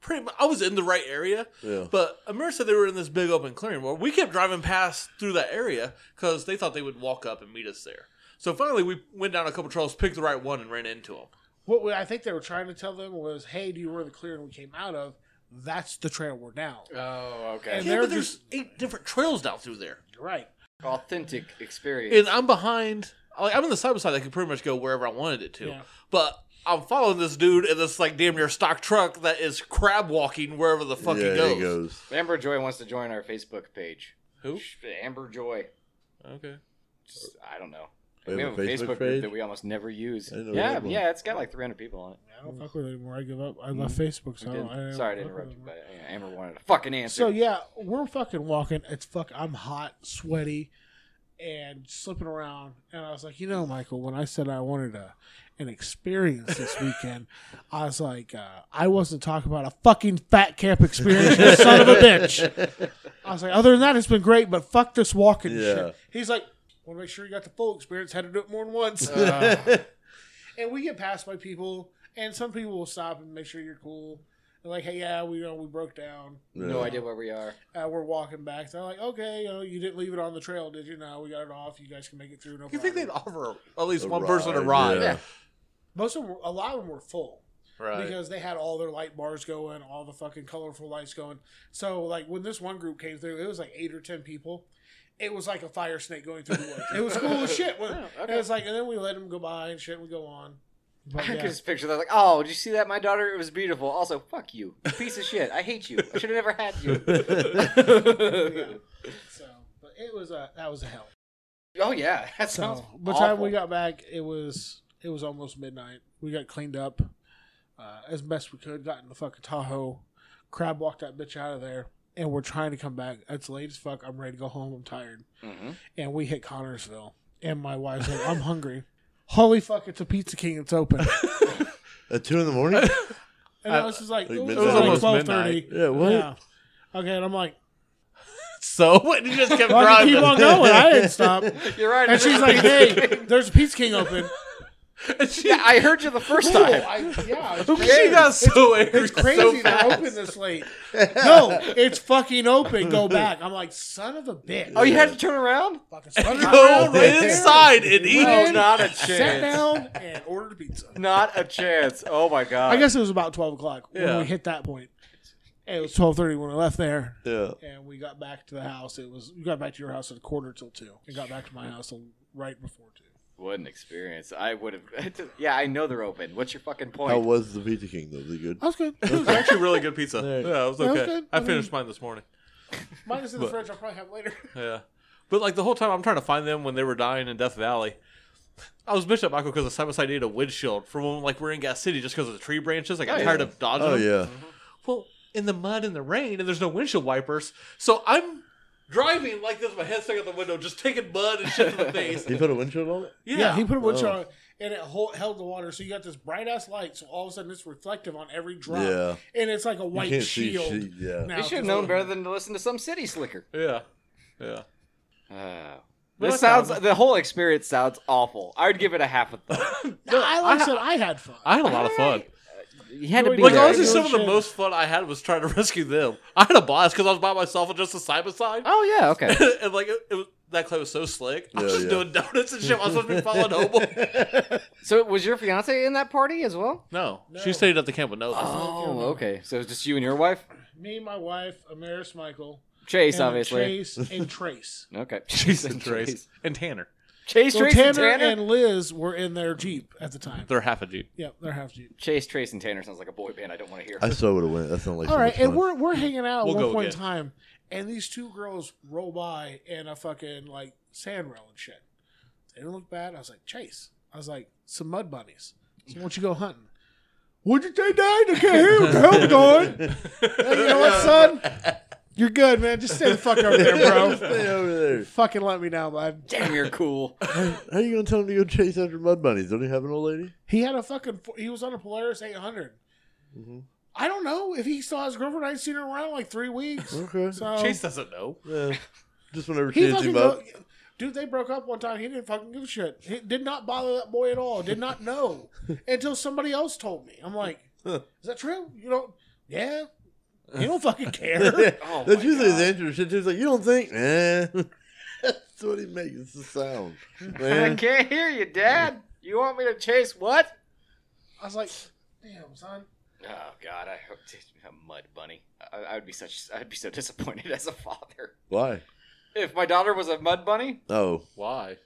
A: pretty much I was in the right area.
B: Yeah.
A: But Amir said they were in this big open clearing. Well, we kept driving past through that area because they thought they would walk up and meet us there. So finally, we went down a couple trails, picked the right one, and ran into him.
D: What we, I think they were trying to tell them was, "Hey, do you remember the clearing we came out of? That's the trail we're down."
C: Oh, okay.
D: And
A: Yeah,
D: they're
A: but there's
D: just
A: eight different trails down through there.
D: you're right.
C: authentic experience.
A: and I'm behind. Like I'm on the side by side that could pretty much go wherever I wanted it to.
D: Yeah.
A: But I'm following this dude in this like damn near stock truck that is crab walking wherever the fuck
B: yeah,
A: he goes.
B: he goes.
C: Amber Joy wants to join our Facebook page.
A: Who?
C: Sh- Amber Joy.
A: Okay.
C: Just, I don't know.
B: We
C: we
B: have
C: have
B: a
C: a
B: Facebook
C: Facebook,
B: page?
C: group that we almost never use.
B: I didn't know we
C: Yeah,
B: had one.
C: yeah, it's got like 300 people on it.
D: I don't fuck with it anymore. I give up. I left Facebook, so I don't, I don't
C: Mm-hmm. Sorry to
D: fuck with
C: interrupt
D: it
C: you, but yeah, Amber wanted a fucking answer.
D: So yeah, we're fucking walking. It's fuck. I'm hot, sweaty, and slipping around. And I was like, you know, Michael, when I said I wanted a an experience this weekend, I was like, uh, I wasn't talking about a fucking fat camp experience, you son of a bitch. I was like, other than that, it's been great, but fuck this walking
B: Yeah.
D: shit. He's like, want to make sure you got the full experience. Had to do it more than once. Uh, and we get passed by people, and some people will stop and make sure you're cool. And like, hey, yeah, we you know we broke down
C: no
B: Yeah.
C: idea where we are.
D: uh, we're walking back. They're like, okay, you know, you didn't leave it on the trail, did you? No, we got it off. You guys can make it through. No
A: You
D: problem.
A: think they'd offer at least
B: A
A: one person a
B: ride,
A: ride?
B: yeah.
D: Most of them, were, a lot of them were full
A: Right.
D: because they had all their light bars going, all the fucking colorful lights going. So like when this one group came through, it was like eight or ten people. It was like a fire snake going through the woods. It was cool as shit. When, and it's like, and then we let them go by and shit. And we go
C: I
D: on. (laughs) But
C: could
D: yeah,
C: just picture that, like, oh, did you see that? My daughter, it was beautiful. Also, fuck you, You piece of shit. I hate you. I should have never had
B: (laughs)
C: you.
D: (laughs) so but it was a that was a hell.
C: oh yeah, (laughs) that sounds.
D: So, by the time
C: awful.
D: we got back, it was it was almost midnight. We got cleaned up uh, as best we could. Got in the fucking Tahoe. Crab walked that bitch out of there, and we're trying to come back. It's late as fuck. I'm ready to go home. I'm tired.
C: Mm-hmm.
D: And we hit Connorsville, and my wife's like, "I'm hungry." (laughs) Holy fuck! It's a Pizza King. It's open.
B: At two in the morning.
D: And I was
B: (laughs)
D: just like,
B: Like
D: "It was,
B: midnight. It
A: was almost
D: twelve thirty.
B: Yeah, what?
D: Okay, and I'm like,
A: (laughs) So (laughs) what? You just kept
D: well, I can
A: driving. (laughs)
D: keep on going. I
B: (laughs)
D: didn't stop.
C: You're right.
D: And she's like, "Hey, there's a Pizza King open."
C: yeah, I heard you the first
D: Cool.
C: time.
D: I, yeah, it's
A: She got so angry.
D: It's crazy
A: so
D: they're
A: fast.
D: open this late. No, it's fucking open. Go back. I'm like, son of a bitch.
C: Oh, you had to turn around.
D: fucking son of a
A: Go
D: bitch. Right there.
A: inside and eat.
C: Oh, not a
D: Sat
C: chance.
D: down and ordered a pizza.
C: Not a chance. Oh my god.
D: I guess it was about 12 o'clock when
A: Yeah.
D: we hit that point. It was 12:30 when we left there,
B: yeah.
D: and we got back to the house. It was we got back to your house at a quarter till two, and got back to my house right before two.
C: What an experience. I would have. (laughs) yeah, I know they're open. What's your fucking point?
B: How was the Pizza King though? Was it good?
D: That was good. It was
A: It was actually really good pizza. Yeah, it was
D: was
A: okay.
D: good. I
A: I
D: mean-
A: finished mine this morning.
D: Mine is in the fridge. I'll probably have it later.
A: Yeah. But like the whole time I'm trying to find them when they were dying in Death Valley. I was bitching at Michael because the side by side needed a windshield for when like we're in Gas City just because of the tree branches. I got tired of dodging.
B: Oh
A: them.
B: yeah.
A: Well, in the mud and the rain and there's no windshield wipers, so I'm driving like this, my head stuck out the window, just taking mud and shit to the face.
B: (laughs) He put a windshield on it.
A: Yeah.
D: Yeah, he put a windshield on, and it hold, held the water. So you got this bright ass light. So all of a sudden, it's reflective on every drop.
B: Yeah.
D: and it's like a white
B: can't see
D: shield.
B: shit, yeah.
D: now,
C: They should have
D: 'cause
C: known
D: of-
C: better than to listen to some city slicker.
A: yeah. Yeah.
C: this
A: that's how-
C: sounds. The whole experience sounds awful. I would give it a half a thumb.
D: No, I like I said I had fun.
A: I had a lot of fun.
C: You had to be
A: Like oh,
C: there.
A: honestly,
D: good
A: some of the
D: shit.
A: most fun I had was trying to (laughs) rescue them. I had a blast because I was by myself and just a side by side.
C: oh yeah, okay.
A: (laughs) and like it, it was that clay was so slick. I was
B: Yeah,
A: just
B: yeah.
A: doing donuts and shit. I was supposed to be following Noble.
C: So was your fiance in that party as well?
A: (laughs) No, she stayed at the camp with Noble. (laughs)
C: Oh, okay. So it's just you and your wife,
D: Me, my wife, Amaris Michael,
C: Chase,
D: and
C: obviously.
D: Trace
C: (laughs)
D: and Trace.
C: Okay.
A: She's in Trace and Tanner.
C: Chase,
D: So
C: Trace,
D: Tanner,
C: and Tanner.
D: and Liz were in their jeep at the time.
A: They're half a Jeep.
D: yeah, they're half jeep.
C: Chase, Trace, and Tanner sounds like a boy band. I don't want to hear.
B: I so would have went. That sounded like.
D: All
B: so
D: right,
B: much
D: and
B: fun.
D: we're we're hanging out
A: We'll
D: at
A: go
D: one point in
A: again.
D: time, and these two girls roll by in a fucking like sand rail and shit. They didn't look bad. I was like, Chase. I was like, some mud bunnies. So why don't you go hunting? Would you take that? I can't hear what the hell
A: (laughs)
D: we're doing. Hey, you know what, son? You're good, man. Just stay the fuck over there,
A: (laughs)
B: (laughs)
D: bro.
B: Stay over there.
D: Fucking let me down, bud.
C: (laughs) Damn,
B: (laughs)
C: you're cool.
B: How are you gonna tell him to go chase after mud bunnies? Don't he have an old lady?
D: He had a fucking. He was on a Polaris 800.
B: Mm-hmm.
D: I don't know if he still has a girlfriend. I ain't seen her around in like three weeks.
B: Okay.
D: So
A: Chase doesn't know.
B: Yeah. Just
D: (laughs)
B: whenever she
D: He
B: hits
D: fucking
B: him up.
D: go- dude, they broke up one time. He didn't fucking give a shit. He did not bother that boy at all. Did
C: (laughs)
D: not know until somebody else told me. I'm like, is that true? You don't?
C: (laughs)
D: Yeah. You don't fucking care.
C: Oh,
B: (laughs) That's
C: my
B: usually
C: God.
B: his answer. Shit, He's like, you don't think? (laughs) Eh. That's what he makes. It's the sound.
C: (laughs) I
B: Man.
C: can't hear you, Dad. You want me to chase what?
D: I was like, damn, son.
C: Oh God, I hope a mud bunny. I, I would be such. I'd be so disappointed as a father.
B: Why?
C: If my daughter was a mud bunny,
B: Oh,
F: Why?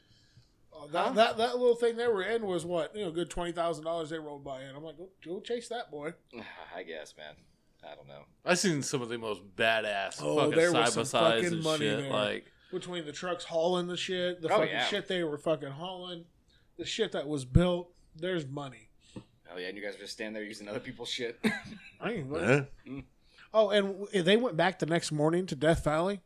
D: Uh, That, that that little thing they were in was what you know, good twenty thousand dollars they rolled by in. I'm like, go, go chase that boy.
C: (sighs) I guess, man. I don't know.
F: I've seen some of the most badass
D: Oh,
F: fucking
D: there
F: side
D: was some
F: by sides
D: fucking
F: and
D: money
F: shit.
D: there.
F: Like,
D: Between the trucks hauling the shit, the
C: Oh,
D: fucking
C: yeah.
D: shit they were fucking hauling, the shit that was built. There's money.
C: Oh yeah, and you guys are just standing there using other people's shit. (laughs)
D: I ain't
B: eh?
D: Oh, and w- they went back the next morning to Death Valley.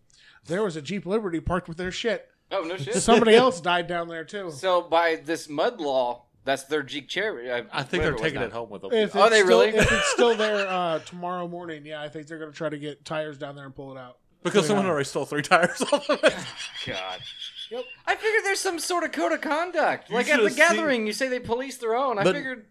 D: There was a Jeep Liberty parked with their
A: (laughs)
D: shit.
C: oh no shit.
D: Somebody else died down there too.
C: so by this mud law, that's their Jeep uh, Cherokee.
A: I think they're taking it home with them.
D: If
C: Are
D: it's
C: they
D: still,
C: really?
D: If
A: (laughs)
D: it's still there uh, tomorrow morning, yeah, I think they're going to try to get tires down there and pull it out.
A: because someone already stole three tires off of it.
C: (laughs) God. I figured there's some sort of code of conduct. like at the
A: should've seen-
C: gathering, you say they police their own. I
B: But-
C: figured,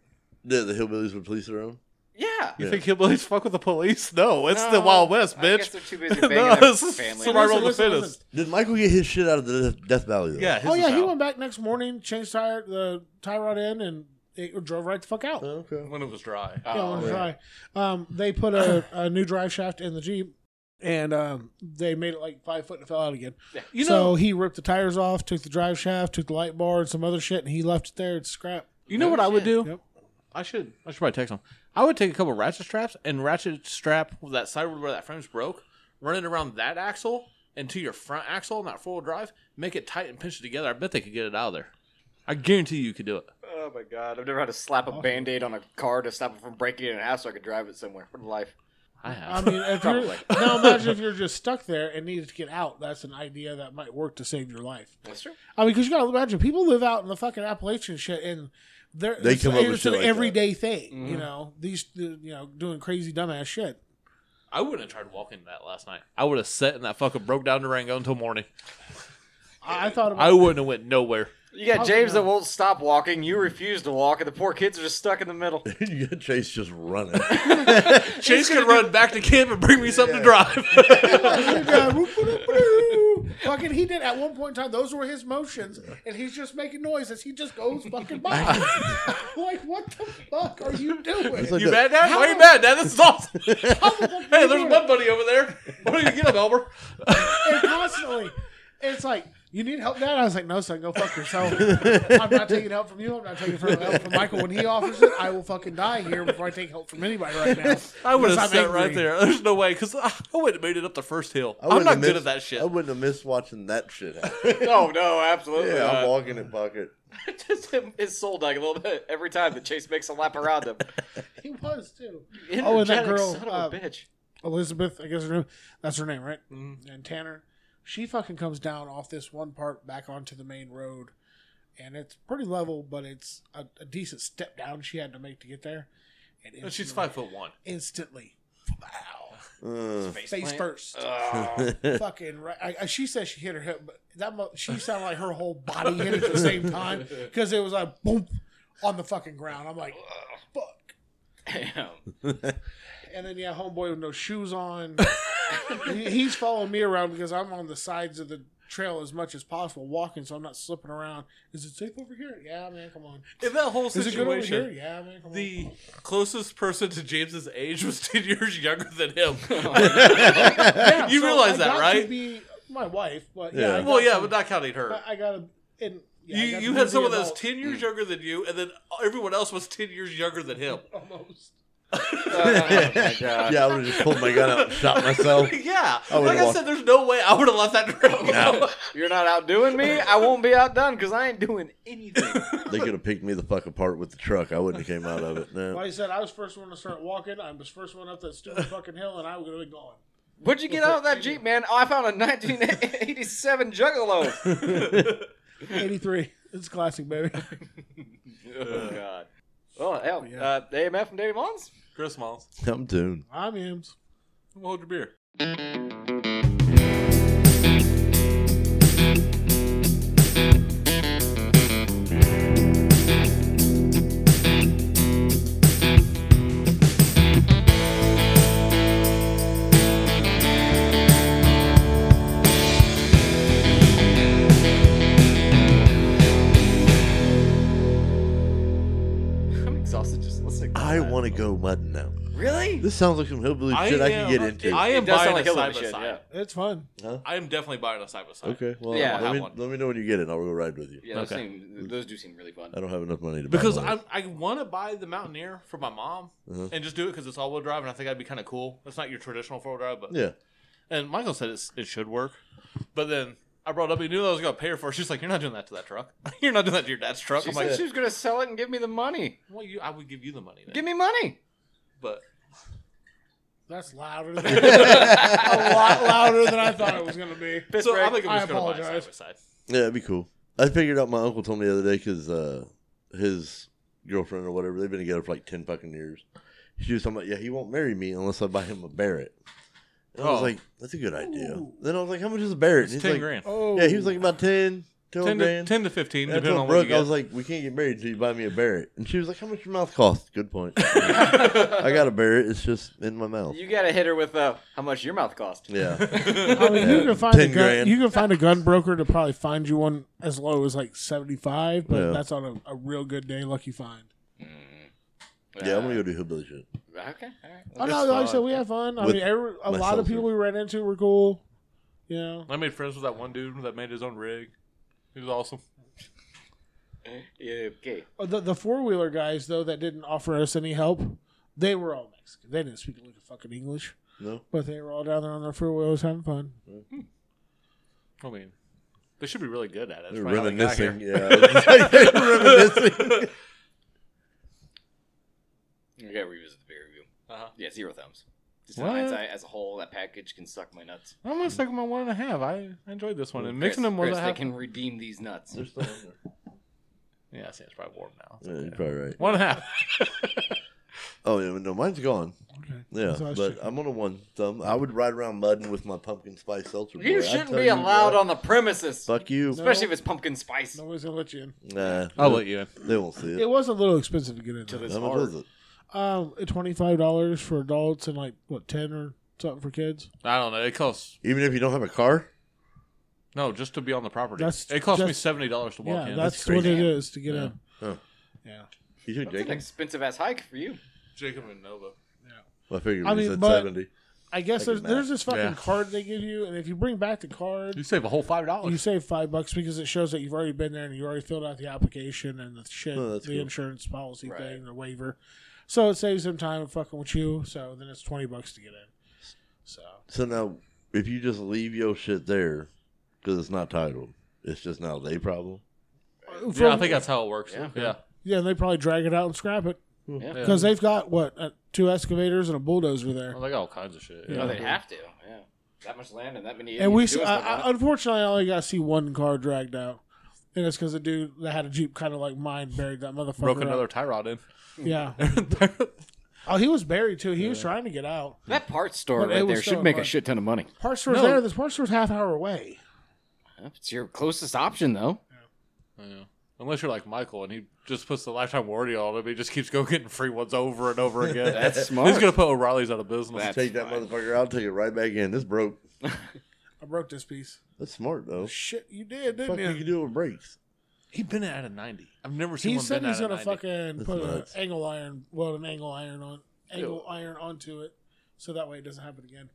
B: The, the hillbillies would police their own.
C: yeah.
A: You think hillbillies fuck with the police? No, it's the
C: No,
A: Wild West,
C: I
A: bitch.
C: guess they're
A: (laughs)
C: too busy banging their
A: this is
C: family.
A: survival of the
D: Listen, listen,
A: fittest.
D: listen.
B: Did Michael get his shit out of the Death Valley though?
A: Yeah. his
D: Oh
A: is
D: yeah, he
A: out.
D: went back next morning, changed tire the tie rod in, and it drove right the fuck out.
B: Oh, (laughs) Okay.
A: when it was dry.
D: Yeah,
B: Oh,
D: on the dry. Um, they put a, a new drive shaft in the Jeep, and um, they made it like five foot and it fell out again.
A: You
D: so
A: know,
D: he ripped the tires off, took the drive shaft, took the light bar and some other shit, and he left it there. It's scrap.
A: you know what I would do?
D: Yep.
A: I should. I should probably text him. I would take a couple ratchet straps and ratchet strap with that side where that frame's broke, run it around that axle and to your front axle, not four wheel drive, make it tight and pinch it together. I bet they could get it out of there. I guarantee you could do it.
C: Oh my god, I've never had to slap a band aid on a car to stop it from breaking in half so I could drive it somewhere for life.
A: I
B: (laughs)
D: I
A: have.
D: mean, if you're, now imagine if you're just stuck there and needed to get out. That's an idea that might work to save your life.
C: That's true.
D: I mean, because you got to imagine people live out in the fucking Appalachian shit, and they're
B: They
D: it's,
B: come up with
D: it's
B: shit
D: an
B: like that.
D: everyday thing.
A: Mm-hmm.
D: You know, these you know doing crazy dumbass shit.
A: (laughs) I wouldn't have tried walking that last night. I would have sat in that fucking broke down Durango until morning.
D: I, I thought about
A: I wouldn't have went nowhere.
C: You got James that won't stop walking, you refuse to walk, and the poor kids are just stuck in the middle.
A: (laughs)
B: you got Chase just running.
A: Chase could run back to camp and bring me something to drive.
D: (laughs) fucking he did at one point in time. Those were his motions, and he's just making noise as he just goes
B: (laughs)
D: fucking by. (laughs) like, what the fuck are you doing?
B: It's like
A: you
B: the-
A: mad, Dad? Why are you
D: How-
A: mad, Dad? This is
D: (laughs)
A: awesome.
D: How the fuck are you
A: Hey, there's
D: doing
A: mud buddy over there. Why don't you get him, Elmer?
D: and constantly, it's like, you need help, Dad? I was like, no, son, go fuck
B: (laughs)
D: yourself. I'm not taking help from you. I'm not taking help from Michael. When he offers it, I will fucking die here before I take help from anybody right now.
A: I would
D: Because I'm
A: have sat
D: angry.
A: right there. (laughs) There's no way because I wouldn't have made it up the first hill.
B: I
A: I'm
B: wouldn't
A: not
B: have
A: good
B: missed-
A: at that shit.
B: I wouldn't have missed watching that shit. happen. (laughs)
C: No, Oh, no, absolutely.
B: yeah,
C: not.
A: Uh,
B: I'm walking it bucket.
C: just him, his soul dying a little bit (laughs) every time that Chase makes a lap around him.
D: He was, too.
C: Energetic
D: (laughs) Oh, and that girl,
C: son of
D: uh,
C: a bitch.
D: Elizabeth, I guess her name, that's her name, right?
A: Mm-hmm.
D: And Tanner, she fucking comes down off this one part back onto the main road, and it's pretty level, but it's a, a decent step down she had to make to get there. And
A: And Oh, she's
D: instantly-
A: five foot one.
D: Instantly, wow,
B: Uh,
D: face first,
C: Oh,
D: fucking right. I, I, she said she hit her hip, but that mo- she sounded like her whole body hit at the same time because it was like boom on the fucking ground. I'm like, fuck.
C: damn.
D: And then yeah, homeboy with no shoes on. He- He's following me around because I'm on the sides of the trail as much as possible, walking, so I'm not slipping around. Is it safe over here? Yeah, man, come on.
A: In that whole
D: Is it good over here?
A: situation,
D: Yeah, man, come
A: the closest person to James's age was (laughs) ten years younger than
D: (laughs)
A: him. (laughs)
D: on. Oh, Yeah,
A: you realize
D: I
A: that,
D: got To
A: right?
D: be my wife, but yeah.
B: Yeah.
D: I got
A: well, yeah,
D: to-
A: but not counting her.
D: I, I gotta. And uh, yeah, I
A: you
D: got to
A: you
D: be
A: had
D: the mm.
A: someone that was
D: adult
A: ten years younger than you, and then everyone else was ten years younger than
D: (laughs)
A: him. (laughs)
D: Almost. uh,
B: yeah, I would have just pulled my gun out and shot myself.
A: yeah,
B: I would've
A: like I
B: walked-
A: said, there's no way I would have left that (laughs)
C: Oh,
A: trail.
C: (laughs) You're not outdoing me. I won't be outdone because I ain't doing (laughs) anything.
B: They could have picked me the fuck apart with the truck. I wouldn't have came out of it. No.
D: Like I said, I was first one to start walking. I was first one up
B: (laughs)
D: that stupid fucking hill, and I was gonna be gone.
C: What'd you get out of that Jeep, man? Oh, I found a 1987 (laughs) Juggalo.
D: 83. It's classic, baby.
C: oh, God. Well, hell,
D: Oh, Yeah.
C: uh, AMF from Davey Mons?
A: Chris Miles,
B: I'm tuned.
D: I'm Ems.
A: hold your beer.
C: I'm exhausted just listening to
B: I
C: that.
B: want to go mudding now.
C: Really?
B: This sounds like some hillbilly shit I
A: am-
B: can get into.
A: I am
C: It does sound
A: buying
C: like
A: a side by
C: hillbilly shit, yeah.
A: side.
D: It's fun.
A: I am definitely buying a side by side.
B: okay, well,
C: Yeah.
B: let, me,
A: Have one.
B: let me know when you get it. and I'll go ride with you.
C: Yeah, those,
A: Okay.
C: seem, those do seem really fun.
B: I don't have enough money to buy
A: Because
B: one.
A: I I want to buy the Mountaineer for my mom
B: Mm-hmm.
A: and just do it because it's all wheel drive and I think that'd be kind of cool. It's not your traditional four wheel drive, but
B: yeah,
A: And Michael said it's, it should work, but then I brought up he knew I was gonna pay her for. it. She's like, "You're not doing that to that truck. (laughs) You're not doing that to your dad's truck."
C: She
A: I'm like,
C: said she was gonna sell it and give me the money.
A: "Well, you, I would give you the money, then.
C: Give me money.
A: but
D: That's louder
B: (laughs)
D: than (laughs) a lot louder than I thought it was going to be.
A: so I think I'm
D: I
A: just gonna buy a side
D: apologize.
A: by side.
B: yeah, it'd be cool. I figured out my uncle told me the other day because uh, his girlfriend or whatever they've been together for like ten fucking years. She was talking about, yeah, he won't marry me unless I buy him a Barrett. And I was
A: Oh.
B: like, that's a good idea. Then I was like, how much is a Barrett?
A: It's
B: And he's
A: ten
B: like,
A: grand,
D: Oh,
B: Yeah, he was like about 10, 12
A: ten to,
B: grand.
A: ten to fifteen,
B: And I
A: depending
B: told
A: on what
B: Brooke,
A: you
B: I
A: get.
B: was like, we can't get married until you buy me a Barrett. And she was like, how much your mouth cost?
A: (laughs)
B: Good point. I got a Barrett. It's just in my mouth.
C: You gotta hit her with uh, how much your mouth
A: (laughs)
C: cost.
B: Yeah.
D: I mean, you can find a
B: 10
D: gun.
B: grand.
D: You can find a gun broker to probably find you one as low as like seventy five, but
B: Yeah.
D: that's on a, a real good day, lucky find.
B: yeah, I'm going to go do hillbilly shit.
C: Okay, all right.
D: Oh no, like I said, we have fun. I
B: With
D: mean, every, a
B: my
D: lot of
B: seltzer.
D: people we ran into were cool. You know,
A: I made friends with that one dude that made his own rig. He was awesome.
C: Yeah, okay.
D: Oh, the the four wheeler guys though that didn't offer us any help, they were all Mexican. They didn't speak a lick of fucking English,
B: No?
D: but they were all down there on their four wheelers having fun.
A: I mean, they should be really good at it. That's
B: They're
A: probably how they got
B: reminiscing.
A: here.
B: Yeah. They're (laughs)
A: (laughs)
B: reminiscing.
C: We gotta revisit the beer review.
A: Uh-huh.
C: Yeah, zero thumbs. Just in
A: What?
C: hindsight, as a whole, that package can suck my nuts.
A: I'm gonna stick with my one and a half. I I enjoyed this one, and mixing
C: Chris,
A: them was
C: Chris,
A: a
C: they
A: half.
C: can redeem these nuts.
B: They're still in
A: Yeah, I see, it's probably warm now. It's
B: there. Yeah,
A: okay.
B: you're probably right.
A: One and a half.
B: Oh, yeah. No, mine's gone.
D: Okay.
B: Yeah.
D: That's what I was
B: But
D: checking.
B: I'm on a one thumb. I would ride around mudding with my pumpkin spice seltzer.
C: You
B: boy. I
C: shouldn't
B: tell
C: be
B: you
C: allowed
B: what.
C: on the premises,
B: Fuck you.
C: especially if it's pumpkin spice.
D: nobody's gonna let you in.
B: Nah.
A: I'll let you in.
B: They won't see
D: It
B: it.
D: was a little expensive to get in. there.
B: How much is it?
D: Um, twenty five dollars for adults and like what ten or something for kids.
A: I don't know. It costs
B: Even if you don't have a car?
A: No, just to be on the property.
D: That's-
A: it cost me
D: that's-
A: seventy dollars to walk
D: yeah,
A: in.
D: that's,
B: That's
D: what it
B: crazy.
D: is to get
A: Yeah.
D: in.
B: Huh.
D: Yeah.
B: You should,
C: That's an
B: Jacob.
C: expensive ass hike for you.
A: Jacob and Nova.
B: I figured
D: I
B: you
D: mean,
B: said
D: but-
B: 70.
D: I guess
B: Like
D: there's,
B: a
D: there's this fucking
A: Yeah.
D: card they give you, and if you bring back the
A: You
D: card,
A: save a whole five
D: you
A: dollars.
D: save five bucks because it shows that you've already been there and you already filled out the application and the shit,
B: Oh,
D: the
B: that's cool.
D: insurance policy
C: Right.
D: thing, the waiver. So it saves them time fucking with you. So then it's twenty bucks to get in. So
B: So now, if you just leave your shit there, because it's not titled, it's just now they problem.
A: Yeah, I
D: From-
A: think that's how it works. Yeah,
C: Yeah.
D: yeah, they probably drag it out and scrap it
A: yeah. Oh,
D: because they've got what uh, two excavators and a bulldozer there.
A: Well, they got all kinds of shit. Yeah.
C: No, they have to. Yeah, that much land and that many.
D: And we,
C: idiots do us
D: I,
C: like
D: I,
C: that.
D: unfortunately, I only got to see one car dragged out, and it's because the dude that had a jeep kind of like mine buried that motherfucker.
A: Broke
D: up.
A: another tie rod in.
D: Yeah. oh, he was buried too. He was trying to get out.
C: that parts store
D: But it
C: right
D: was
C: there
D: still
C: should make
D: fun.
C: a shit ton of money.
D: Parts store's
A: No.
D: there. This parts store's half hour away.
C: It's your closest option though.
A: Yeah. Unless you're like Michael and he just puts the lifetime warranty on him, he just keeps going getting free ones over and over again.
C: That's smart.
A: He's gonna put O'Reilly's out of business.
C: That's-
B: Take that motherfucker out, take it right back in. This broke.
D: I broke this piece.
B: That's smart though.
D: Shit, you did,
B: Fuck
D: didn't
B: you
D: you?
B: can do with brakes.
A: He's been at a ninety. I've never seen
D: He
A: one
D: said
A: been
D: he's
A: at a
D: gonna
A: 90.
D: fucking
B: That's
D: put an
B: nuts.
D: angle iron, weld an angle iron on, angle iron onto it, so that way it doesn't happen again.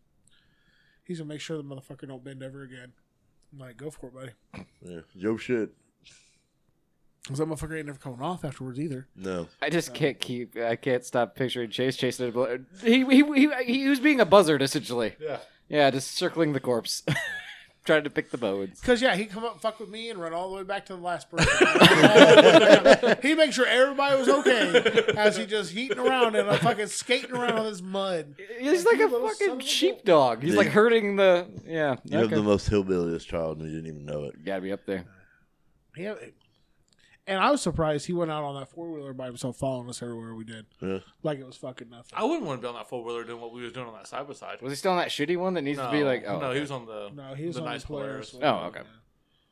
D: He's gonna make sure the motherfucker don't bend ever again. I'm like, go for it, buddy.
B: Yeah, yo shit.
D: Because that motherfucker ain't never coming off afterwards either.
B: No,
C: I just can't keep. I can't stop picturing Chase chasing a. blo- He he he, he was being a buzzard essentially. Yeah. Yeah, just circling the corpse, (laughs) trying to pick the bones.
D: Because yeah, he come up, fuck with me, and run all the way back to the (laughs) last person. (laughs) he makes sure everybody was okay as he just heating around and like, fucking skating around on this mud.
C: He's like a
D: little son
C: fucking
D: of a
C: sheepdog. He's
B: Yeah.
C: like herding the. Yeah.
B: you have
C: okay.
B: the most hillbilliest child, and you didn't even know it.
C: Gotta be up there.
D: Yeah, and I was surprised he went out on that four wheeler by himself, following us everywhere we did,
B: Yeah.
D: like it was fucking nothing.
A: I wouldn't want to be on that four wheeler doing what we was doing on that side by side.
C: Was he still on that shitty one that needs
A: No,
C: to be like? Oh,
A: no,
C: okay.
A: he was on the
D: no, he was
A: the
D: on
A: nice
D: the players.
A: players.
C: Oh, okay.